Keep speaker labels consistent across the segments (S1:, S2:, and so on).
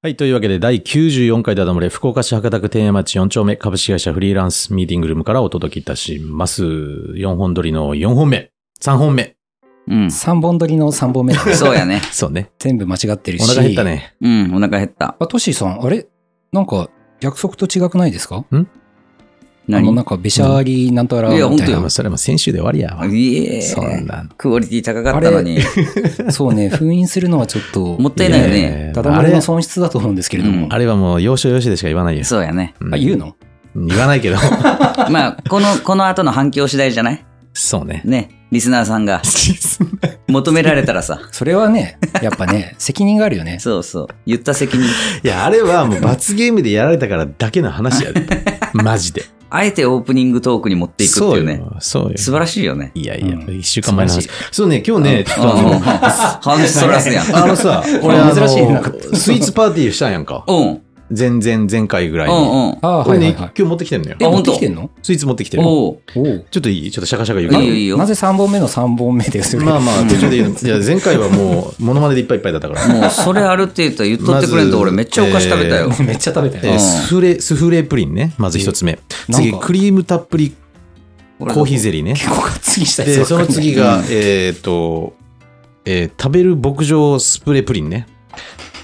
S1: はい。というわけで、第94回ダダ漏れ、福岡市博多区天山町4丁目株式会社フリーランスミーティングルームからお届けいたします。4本撮りの4本目。3本目。
S2: うん。
S3: 3本撮りの3本目だ
S2: そうやね。
S1: そうね。
S3: 全部間違ってるし。
S1: お腹減った。ね。
S2: うん、お腹減った。
S3: あ、トシーさん、あれなんか、約束と違くないですかあの、
S2: 何
S3: なんか、べしゃりなんたら、
S2: うんいや
S3: みた
S2: 本当よ
S1: まあそれも先週で終わりやわ。
S2: いえ
S1: そんなの。
S2: クオリティ高かったのに。
S3: そうね、封印するのはちょっと、
S2: もったいないよね。
S1: えー
S3: ただ
S1: あ
S3: 漏れ
S1: れ
S3: の、損失だと思うんですけれど
S2: う
S3: も
S2: ん。
S1: あれはもう、要所要所でしか言わないよ。
S2: そうやね。
S1: うん
S3: あ、言うの
S1: 言わないけど。
S2: まあ、この、この後の反響次第じゃない
S1: そうね。
S2: ね。リスナーさんが求められた らさ。
S3: それはね、やっぱね、責任があるよね。
S2: そうそう。言った責任。
S1: いや、あれはもう罰ゲームでやられたからだけの話 やで。マジで。
S2: あえてオープニングトークに持っていくっていうね。
S1: そうよ。そうよ。
S2: 素晴らしいよね。
S1: いやいや、
S3: う
S1: 一週間前の話
S3: 素。
S1: そうね、今日ね、ちょっとあ の、
S2: 話そらすやん。
S1: あの さ、俺、あの、
S3: あ珍しいな
S1: スイーツパーティーしたんやんか。
S2: うん。うん
S1: 前々、前回ぐらいに。
S2: うん。
S3: あ
S1: こ
S3: は
S1: れ
S3: いは
S1: ね、
S3: い
S1: 今
S3: はい。
S1: 日持ってきてんのよ
S2: え。
S3: え、
S2: 本
S3: 持っ
S2: 当
S3: てきてんの
S1: スイーツ持ってきてる。ちょ
S2: おう
S3: おう
S1: っといいちょっとシャカシャカ言う
S2: い
S1: け
S2: い
S1: ど
S2: よいいよ。
S3: なぜ3本目の3本目です
S1: まあ まあ、途中で言うの。いや、前回はもう、モノマネでいっぱいいっぱいだったから。
S2: もうそれあるって言ったら言っとってくれんと
S1: まず
S2: 俺めっちゃお菓子食べたよ。
S3: めっちゃ食べた
S1: え
S3: よ。
S1: ースフレ、スフレプリンね。まず一つ目。
S3: え
S1: 次、
S3: なんか
S1: クリームたっぷり
S2: 俺
S1: コーヒーゼリーね。
S3: 結構がっつりしたやつ
S1: で、
S3: ばっか
S1: その
S3: りね
S1: 次が、えっと、えー食べる牧場スプレープリンね。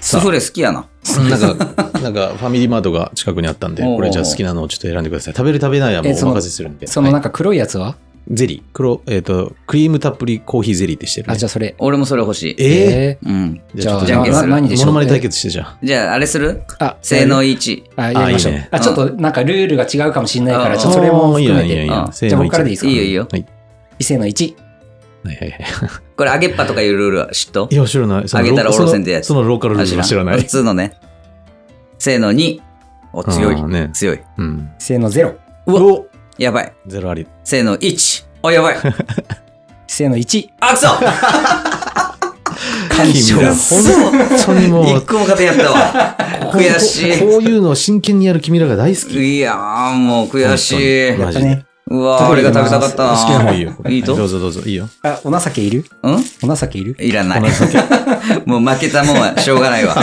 S2: スフレ好きやな。
S1: なんか、 なんかファミリーマートが近くにあったんで、
S2: おうおう
S1: これじゃあ好きなのをちょっと選んでください。食べる食べないはもうお
S3: えその
S1: 任せするんで。
S3: その
S1: はい
S3: なんか黒いやつは
S1: ゼリー、黒、えっ、と、クリームたっぷりコーヒーゼリーってしてる、ね。
S3: あ、じゃあそれ。
S2: 俺もそれ欲しい。
S1: え
S3: え
S2: うん。
S1: ー、
S3: じゃあ、
S2: じゃんけん
S3: な
S2: する
S3: 何でしょう
S1: モノマネ対決してじゃあ。
S2: じゃああれする
S3: あ、
S2: 性能一。
S3: あ、やりましょう。
S1: あいいね
S3: あ、ちょっとなんかルールが違うかもしれないか
S2: あ
S3: ら、ちょっとそれも含め
S1: いいよいいよいい
S3: て。
S1: よ
S2: うん
S1: せーの
S3: じゃあ僕からでいいですか
S2: いいよいいよ。
S1: はい。
S3: 伊勢の1。
S1: はいはいはい。
S2: これ揚げっぱとかいうルールは知っと
S1: いや、知らない。その
S2: あげたらおろせんってやつ
S1: そのそのローカルルールは知らな
S2: あ普
S1: い。
S2: 通のね。せーの2。お、強
S1: あー
S2: い。
S1: ね
S2: 強い。
S1: うん。
S3: 伊勢の0。
S2: うわ
S1: お
S2: やばい。
S1: ゼロあり。
S2: せーの1。お、やばい。
S3: 伊勢の1。
S2: あ、くそ
S1: 感
S2: 情
S1: 本当に も
S2: 一
S1: う、
S2: 個も勝てんやっ たわ。 悔し
S1: こういうのを真剣にやる君らが大好き。
S2: い。いやーもう悔しい。
S1: 本当にマジ
S3: や
S1: で
S3: っぱね。
S2: うわー、俺が食べたかったな。
S1: 好きな方いいよ。
S2: いいと
S1: どうぞどうぞ。いいよ。
S3: あ、お情けいる
S2: うん
S3: お情けいる
S2: いらない。 もう負けたもんはしょうがないわ。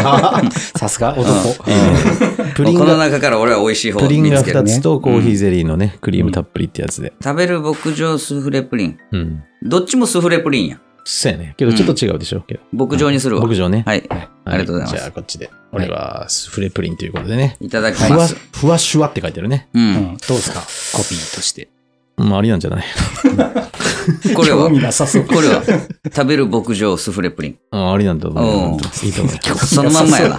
S3: さすが、男。
S1: プ
S2: も
S1: リン
S2: うこの
S1: が、
S2: 中から俺は美味しい方を
S1: プリン
S2: 見
S1: が
S2: つけ
S1: 2
S2: る。
S1: つとコーヒーゼリーのね、クリームたっぷりってやつで。
S2: 食べる牧場スフレプリン。
S1: うん。
S2: どっちもスフレプリンや。
S1: そうやね。けどちょっと違うでしょ。けど
S2: 牧場にするわ。
S1: 牧場ね。
S2: はい。ありがとうございま
S1: じゃ
S2: す。
S1: あ、こっちで。俺は、スフレプリンということでね。
S2: いただき
S1: ふ
S2: ま
S1: わ、
S2: す。
S1: ふわしゅわって書いてあるね。
S2: う。
S3: うんん、どうですかコピーとして。
S1: まあ、ありなんじゃない
S2: これは
S3: 興、味なさ そう。
S2: これは、食べる牧場スフレプリン。
S1: あありなんだと
S2: う
S1: 思
S2: ん
S1: う。いいと思う。
S2: そのまんまやな。
S3: あ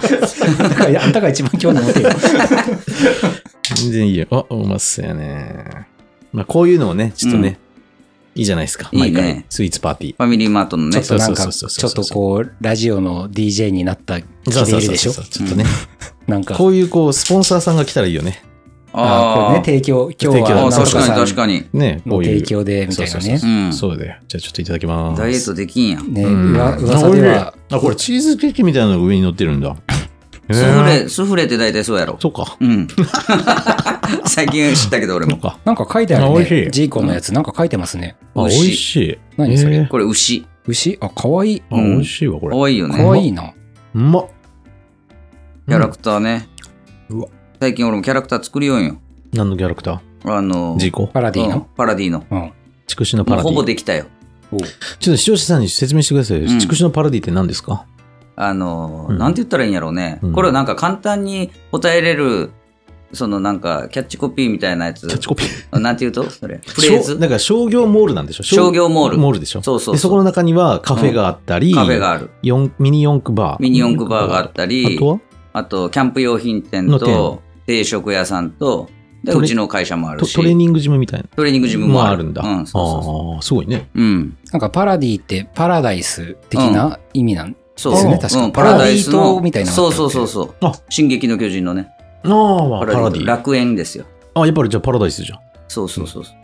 S3: んたがいやあんたが一番興味持ってるよ。
S1: 全然いいよ。あ、うまそうやね。まあ、こういうのをね、ちょっとね、いいじゃないですか。
S2: いい
S1: 毎
S2: ね
S1: 回、スイーツパーティー。
S2: ファミリーマートの
S3: ちょ
S2: ね
S3: っ。となんか、
S1: そう
S3: ち
S1: そうそう
S3: ょっ
S1: そう
S3: とこう、ラジオの DJ になった気
S1: そうそ
S3: で
S1: う
S3: いる
S1: そう
S3: でし
S1: そ
S3: ょ
S1: う。ちょっとね、
S3: なんか、
S1: こういうこう、スポンサーさんが来たらいいよね。
S3: あこれね、
S2: あ
S3: 提供、今
S1: 提
S3: 日
S1: 供
S3: は
S2: あ。
S3: なんと
S2: 確
S3: か
S2: かに
S3: さん
S2: 確かに。
S1: ね、こ
S3: の
S1: ういう。
S3: 提供で、みたいなね
S1: そうそう。そう
S2: うん
S1: そうだよ。じゃあ、ちょっといただきます。
S2: ダイエットできんやん。
S3: ね、
S1: うん
S3: うわ噂では、
S1: あ、これチーズケーキみたいなのが上に乗ってるんだ。
S2: スフレ、スフレって大体そうやろ。
S1: そうか。
S2: うん。 最近知ったけど俺
S1: そう
S2: も。
S1: か。
S3: なんか書いてある
S1: あ美味しい
S3: ね。ジーコのやつ、なんか書いてますね。
S1: あ、美
S2: 美味しい
S1: 味しい。
S3: 何それ
S1: えー
S2: これ牛。
S3: 牛あ、かわいい。
S1: あ、美味しいわ、こ
S2: か
S1: れ。
S2: わいいよ
S3: か
S2: ね。
S3: わいいな。
S1: うまっ。
S2: キャラクターね。
S1: うんうわ
S2: 最近俺もキャラクター作りよんよ。
S1: うん何のキャラクタ
S2: あの
S1: ー、事故
S3: パラディ
S2: うん
S3: の。
S2: パラディの。
S3: うん。
S1: 筑紫のパ
S2: もう
S1: ラディ。
S2: ほぼできたよ。
S1: ちょっと視聴者さんに説明してくださいよ。
S2: うん
S1: 筑紫のパラディって何ですか
S2: あの、
S1: うん
S2: なんて言ったらいいんやろうね。
S1: うん
S2: これをなんか簡単に答えれる、そのなんかキャッチコピーみたいなやつ。
S1: キャッチコピー。
S2: なんて言うとそれ。フレー
S1: しょ
S2: ズ
S1: う。なんか商業モールなんでしょ
S2: 商業モール
S1: モールでしょ
S2: そうそうそう
S1: で、そこの中にはカフェがあったり、
S2: カフェがある。
S1: 四ミニ四駆バー。
S2: ミニ四駆バーがあったり
S1: あと、は
S2: あとキャンプ用品店
S1: の
S2: と
S1: 店、
S2: 定食屋さんと、で、
S1: トレ
S2: うちの会社もある
S1: ト
S2: し、
S1: トレーニングジムみたいな。
S2: トレーニングジムもある。
S1: んだ。
S2: うん、そうそうそ
S1: ああ、すごいね。
S2: う。うん。
S3: なんかパラディってパラダイス的な意味なん
S2: そう
S3: ですね
S2: うん
S3: 確か
S2: うんパラダイス
S3: パラディ
S2: の
S3: 島みたいなの
S2: そ
S3: があ
S2: う
S3: った
S2: そ
S3: っ
S2: う
S3: け
S2: そうそう。
S1: あ
S2: 進撃の巨人のね、
S1: ああ、パ
S2: パラ
S1: ラ
S2: デ
S1: ディ。
S2: ィ。楽園ですよ。
S1: あ、やっぱりじゃあパラダイスじゃん。
S2: そうそうそうそう。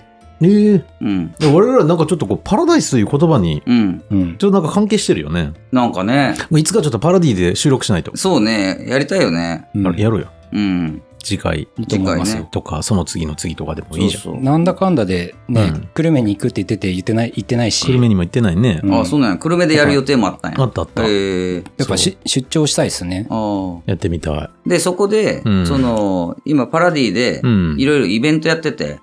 S1: ええ
S2: うん。
S1: で我々なんかちょっとこう、パラダイスという言葉に、
S2: うん。
S3: うん。
S1: ちょっとなんか関係してるよね。
S2: なんかね、
S1: いつかちょっとパラディで収録しないと。
S2: そうね、やりたいよね。
S3: うん
S1: やろうよ。
S2: うん。
S1: 次回
S3: いいと思います
S2: 次回
S3: よ。
S1: とか、その次の次とかでもいいじゃん。
S2: そうそう
S3: なんだかんだで
S1: う
S3: ね、
S1: ん
S3: 久留米に行くって言ってて言ってない言ってないし
S1: 久留米にも行ってないね。
S3: うん
S2: あ、そうなんや。久留米でやる予定もあったんや。
S1: あったあった。
S2: へえ
S3: やっぱし出張したいですね。
S2: あー
S1: やってみたい。
S2: で、そこで、
S1: うん
S2: その、今、パラディで
S1: う、ん
S2: い。ろいろイベントやってて、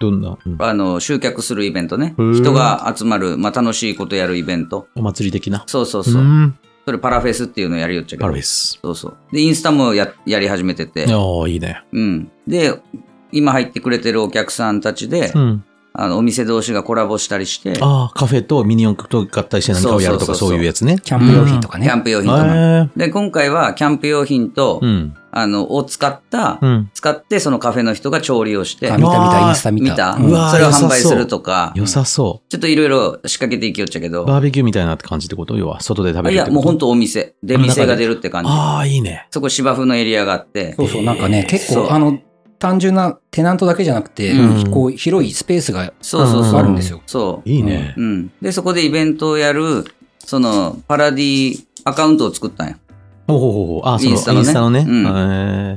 S1: どんな、うん
S2: あの、集客するイベントね
S1: へー。
S2: 人が集まる、まあ、楽しいことやるイベント。
S1: お祭り的な。
S2: そうそうそう。
S1: ん
S2: それ、パラフェスっていうのやりよっちゃけ
S1: パ
S2: ど
S1: ラフェ。ス。
S2: そうそう。で、インスタもややり始めてて、
S1: ああ、いいね。
S2: うん。で、今入ってくれてるお客さんたちで、
S1: うん。
S2: あのお店同士がコラボしたりして、キ
S1: ああ、カフェとミニ四駆と合体して何かをやるとか
S2: そうそうそうそ
S1: そ
S2: う
S1: ういうやつね。
S3: キャンプ用品とかね。
S2: ャンプ用
S1: へ
S2: 品とか。
S1: え。
S2: で、今回はキャンプ用品と、
S1: うん。
S2: あの、を使った、
S1: うん。
S2: 使ってそのカフェの人が調理をして
S3: あ、見た見
S1: うわー
S3: た、インスタ見た。
S2: 見た、
S3: うん
S1: うわー
S2: それを
S1: 良さそう
S2: 販売するとか、
S1: 良さそ
S2: ちょっといろいろ仕掛けていきよっちゃけ
S1: う。
S2: ど、
S1: バーベキューみたいなって感じってこと要は、外で食
S2: あ
S1: べる
S2: い
S1: ってこと。
S2: や、もうほんとお店、出店が出るって感じ。
S1: ああ、いいね。
S2: そこ芝生のエリアがあって、
S3: そうそう、なんか
S1: え
S3: ね
S1: ー、
S3: 結
S2: そう
S3: 構、あの、単純なテナントだけじゃなくて
S1: うん、
S3: こう、広いスペースが
S2: そうそうそう。
S3: あるんですよ。
S2: そう。
S1: いいね
S2: う。ん。で、そこでイベントをやる、その、パラディアカウントを作ったんや。
S1: ほうほうほうほう。ああ、その
S2: インスタ
S1: イ
S2: のね
S1: ンスタのね。
S2: うん
S1: へえ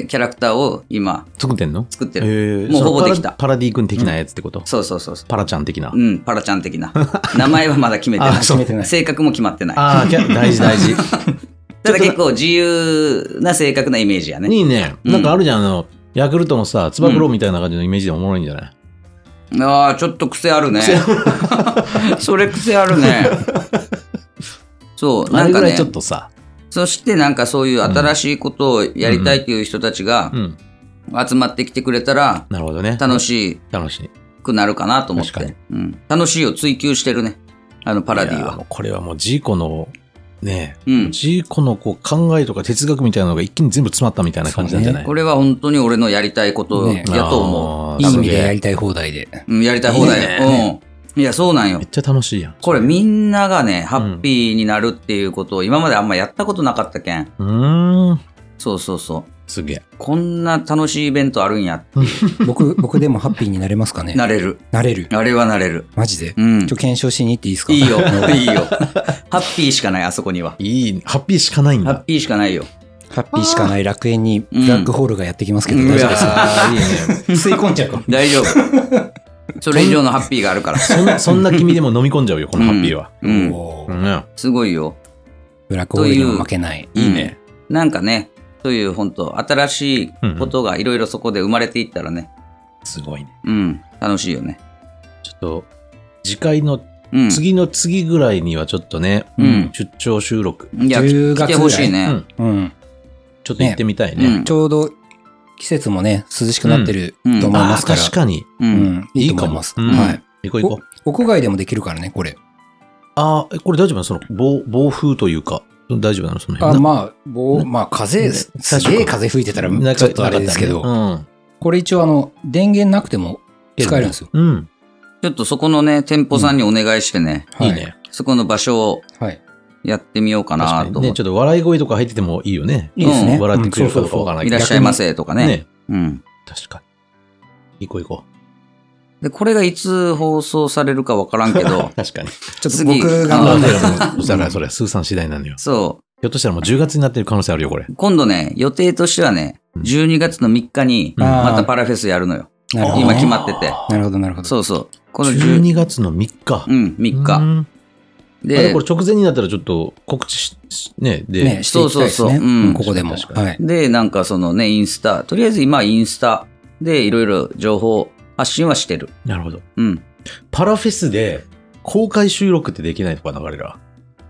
S2: で、キャラクターを今、
S1: 作ってんの
S2: 作ってる。
S1: ええ
S2: もうほ
S1: そのパラ
S2: ぼできた
S1: パラディ君的なやつってこと
S2: そうそうそうそう。
S1: パラちゃん的な
S2: う。ん、パラちゃん的な。名前はまだ決めて
S1: あ
S2: な。
S1: そ
S3: 決
S1: う
S3: めてないい。
S2: 性格も決まってない。
S1: ああ、キ ャ大事大事。
S2: ただ結構自由な性格なイメージやね。
S1: いいね。
S2: うん
S1: なんかあるじゃん、あの、ヤクルトのさ、つば九郎みたいな感じのイメージでおもろいんじゃない、
S2: ああ、ちょっと癖あるね。 それ癖あるね。そう、
S1: あ
S2: な
S1: れ
S2: ん
S1: ぐ
S2: からね
S1: いちょ、っとさ、
S2: そしてなんかそういう新しいことをやりたいっていう人たちが
S1: うん。
S2: 集まってきてくれたら
S1: なるほどね。
S2: 楽し
S1: 楽しい。
S2: くなるかなと思って
S1: 確か。
S2: うん、楽しいを追求してるね。あのパラデ
S1: い
S2: ィ
S1: やーも
S2: は。
S1: うこれはもうジーコの、ね
S2: うん。
S1: ジーコのこう考えとか哲学みたいなのが一気に全部詰まったみたいな感じなんじゃない、
S2: これは本当に俺のやりたいこと
S3: ね
S2: やと思
S1: あー
S3: いい意味
S1: すげ
S3: で
S1: え
S3: やりたい放題で。
S2: う。うん、やりたい放題だよ。うん。いや、そうなんよ
S1: めっ。ちゃ楽しいやん。
S2: これみんながね、ハッピーになるっていうことを今まであんまやったことなかったけん。
S1: うーん。
S2: そうそうそう。
S1: すげえ。
S2: こんな楽しいイベントあるんや。
S3: 僕、僕でもハッピーになれますかね
S2: なれる。
S3: なれる。
S2: あれはなれる。
S3: マジで。ち
S2: う
S3: ょ、
S2: ん。
S3: 検証しに行っていいですか
S2: いいよ。いいよ。ハッピーしかない、あそこには。
S1: いい、ハッピーしかないん
S2: ハッ
S1: だ。
S2: ピーしかないよ。
S3: ハッピーしかない楽園にブラックホールがやってきますけど、
S2: うん
S3: 大丈夫ですか
S1: あーいいね。
S3: 吸い込んじゃうかも。
S2: 大丈夫。それ以上のハッピーがあるから。
S1: そんな、そんな 君でも飲み込んじゃうよ、このハッピーは。
S2: うん。
S3: お
S1: う
S3: ー
S1: ん。
S2: すごいよ。
S3: ブラックホールにも負けない。
S1: いいね。
S2: なんかね、そういう本当新しいことがいろいろそこで生まれていったらね。
S1: すごいね。
S2: うん。楽しいよね。
S1: ちょっと、次回の、
S2: うん。
S1: 次の次ぐらいにはちょっとね、
S2: うん
S1: 出張収録。
S2: いや、
S3: 10
S2: 来
S3: 月
S2: てほしい
S1: うん
S2: ね。
S3: うん。
S1: ちょっと行ってみたいね。
S2: ねうん
S3: ちょうど季節もね、涼しくなってる
S2: うん
S3: と思い
S1: あ
S3: ま
S1: あ
S3: すから。
S1: 確かに。
S2: う。
S3: うんん。いいと思います。
S1: いいかもうん
S3: はい。
S1: 行こう行こう。
S3: お屋外でもできるからね、これ。
S1: ああ、えこれ大丈夫なのその暴、暴風というか、大丈夫なのその辺
S3: あ
S1: な
S3: まあ、棒、まあ、風、
S1: ね
S3: す
S1: 最
S3: す
S1: 初
S3: げえ風吹いてたら、
S1: なんか
S3: ちょっとあれですけど、
S1: なかったね
S3: これ一応、あの、電源なくても使えるんですよ。
S1: うん。うん。
S2: ちょっとそこのね、店舗さんにお願いしてね、
S3: はいい
S1: いね。
S2: そこの場所を
S3: はい。
S2: やってみようか
S1: 確
S2: な
S1: か
S2: と
S1: に
S2: 思
S1: ね、
S2: っ
S1: ち
S2: て、
S1: ょっと笑い声とか入っててもいいよね。
S3: いいです
S2: う
S3: ね。
S2: ん
S1: 笑ってくれるかどうかわ
S3: うんそうそう
S1: からない
S2: い
S1: け
S2: ら
S1: ど。
S2: っしゃいませとかね。
S1: ね。
S2: うん。
S1: 確かに。行こう行こ
S2: で、これがいつ放送されるかわからんけ ど
S1: う。、確かに。
S3: そうちょっと
S2: 次
S3: 僕
S2: あ
S3: が
S2: の
S3: 頑張んないと
S1: あ そしたら、それはスーさん次第なのよ。
S2: そ
S1: ひょっとしたらもう10月になってる可能性あるよ、これ。
S2: う。今度ね、予定としてはね、
S1: うん
S2: 12月の3日に、
S1: うん
S2: またパラフェスやるのよ。
S3: なるほどね
S2: 今決まってて。
S3: なるほど、なるほど。
S2: そうそう。この10
S1: 12月の3日
S2: う。ん、3
S1: う
S2: 日。
S1: んあ
S2: で
S1: こ、れ直前になったらちょっと告知し、しね、で、
S3: ね、していきたいです
S2: そうそう
S3: ね。
S2: そううん
S3: うんここでも。
S1: 確かに
S3: はい。
S2: で、なんかそのね、インスタ、とりあえず今はインスタでいろいろ情報発信はしてる。
S1: なるほど。
S2: うん。
S1: パラフェスで公開収録ってできないとかな、我 ら。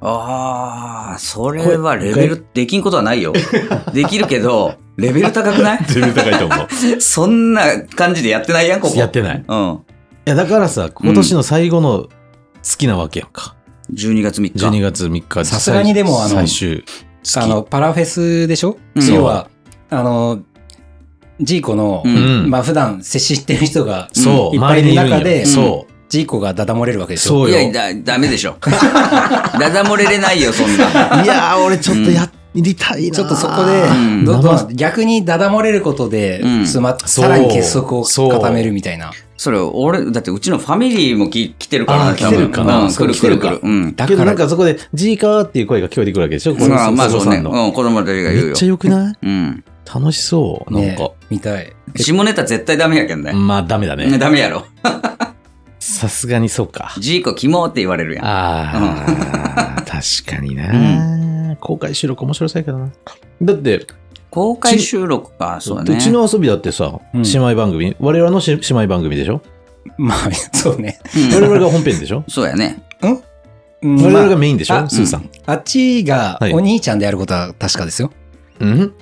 S2: ああ、それはレベル、できんことはないよ。 できるけど、レベル高 くない
S1: 全然高い と思う。
S2: そんな感じでやってないやん、ここ。
S1: やってない。い
S2: うん。
S1: や、だからさ、今年の最後の好きなわけやんか。
S2: 12月3日。
S1: 12月3日。
S3: さすがにでもあの
S1: 最終。
S3: あの、パラフェスでしょ
S2: うん
S3: 要は、あの、ジーコの
S2: う、ん
S1: うん。
S3: まあ、普段接してる人が、
S1: そう、
S3: いっぱいい
S1: 周り
S3: る中
S1: にいるん
S3: で
S1: よそ
S3: ジーコがダダ漏れるわけ
S1: う、
S3: でしょ
S1: そう
S2: い
S1: よ。
S2: や、だ、ダメでしょ。 ダダ漏れれないよ、そんな。
S1: いやー、俺ちょっとやりたいなー
S3: ちょっとそこ
S2: うん
S3: で、どんど
S1: 生
S3: ん逆にダダ漏れることで
S2: うん、
S3: つま
S1: そう
S3: さらに結束を固めるみたいな。
S2: それ、俺、だってうちのファミリーもき来てるから
S1: あー
S2: ね、多分
S1: 来てるかな
S2: うん、
S1: そ
S2: 来
S1: う
S2: る来る
S1: 来て
S2: 来
S1: る
S2: る。
S1: か
S2: うん。
S3: だ
S1: けど
S3: か
S1: なん
S3: ら、
S1: かそこで、ジーカーっていう声が聞こえてくるわけでしょこの
S2: まあ、まあ
S1: お
S2: そ
S1: 父
S2: う
S1: さ
S2: ね。
S1: んの
S2: うん、子供たちが言う
S1: めっ
S2: よ。
S1: ちゃ良くない
S2: うん。
S1: 楽しそう。なんか。
S3: 見たい。
S2: 下ネタ絶対ダメやけんね。
S1: まあ、ダメだ
S2: ね
S1: ね。
S2: ダメやろ。
S1: さすがにそうか。
S2: ジーコキモって言われるやん。
S1: ああ、 確かにな。公開収録面白そうやけどな。だって、
S2: 公開収録か、そうだ
S1: でう
S2: ね。
S1: ちの遊びだってさ、
S3: うん
S1: 姉妹番組、我々のし姉妹番組でしょ
S3: まあ、そうね。
S2: うん
S1: 我々が本編でし ょ
S2: そうやね。
S3: うん
S1: 我々が
S3: ま
S1: メインでしょ、
S3: あ
S1: スーさん。
S3: あ、あっちが
S1: はい
S3: お兄ちゃんであることは確かですよ。
S1: うん、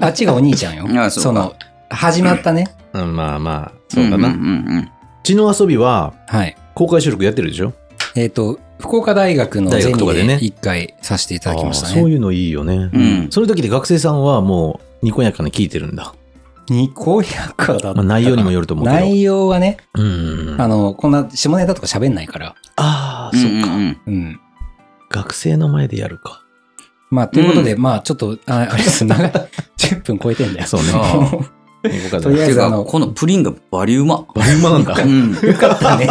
S3: あっちがお兄ちゃんよ。
S2: あそうか
S3: の、始まったね。
S1: うん、まあまあ、そうだな。うん
S2: んうんうん
S1: ちの遊びは
S3: はい。
S1: 公開収録やってるでしょ
S3: えっと、福岡大学の
S1: 大
S3: ゼ
S1: 学とかで
S3: ミ
S1: ね
S3: で一回させていただきました
S1: あーそう
S3: ね。
S1: いうのいいよね。
S2: うん
S1: その時で学生さんはもうにこやかに聞いてるんだ。
S3: にこやかだったか
S1: まあ、
S3: な
S1: 内容にもよると思うけど。
S3: 内容はね、
S1: うん。
S3: あの、こんな下ネタとか喋んないから。
S1: あ
S2: う
S1: ー、
S2: ん
S1: そっ
S2: うん
S1: か、
S2: うん。
S3: うん。
S1: 学生の前でやる か。
S3: まあ、ということで、まあ、ちょっと、ああれです、長い、10分 超えてんだよ。
S1: そうね。
S2: あ
S1: よかった
S3: とり
S1: ね
S3: あえ
S2: て
S3: ず、あ
S2: か、
S3: の、
S2: このプリンがバリうま。
S1: バリウマなんだ。
S2: うん。
S3: よかったね。
S1: よ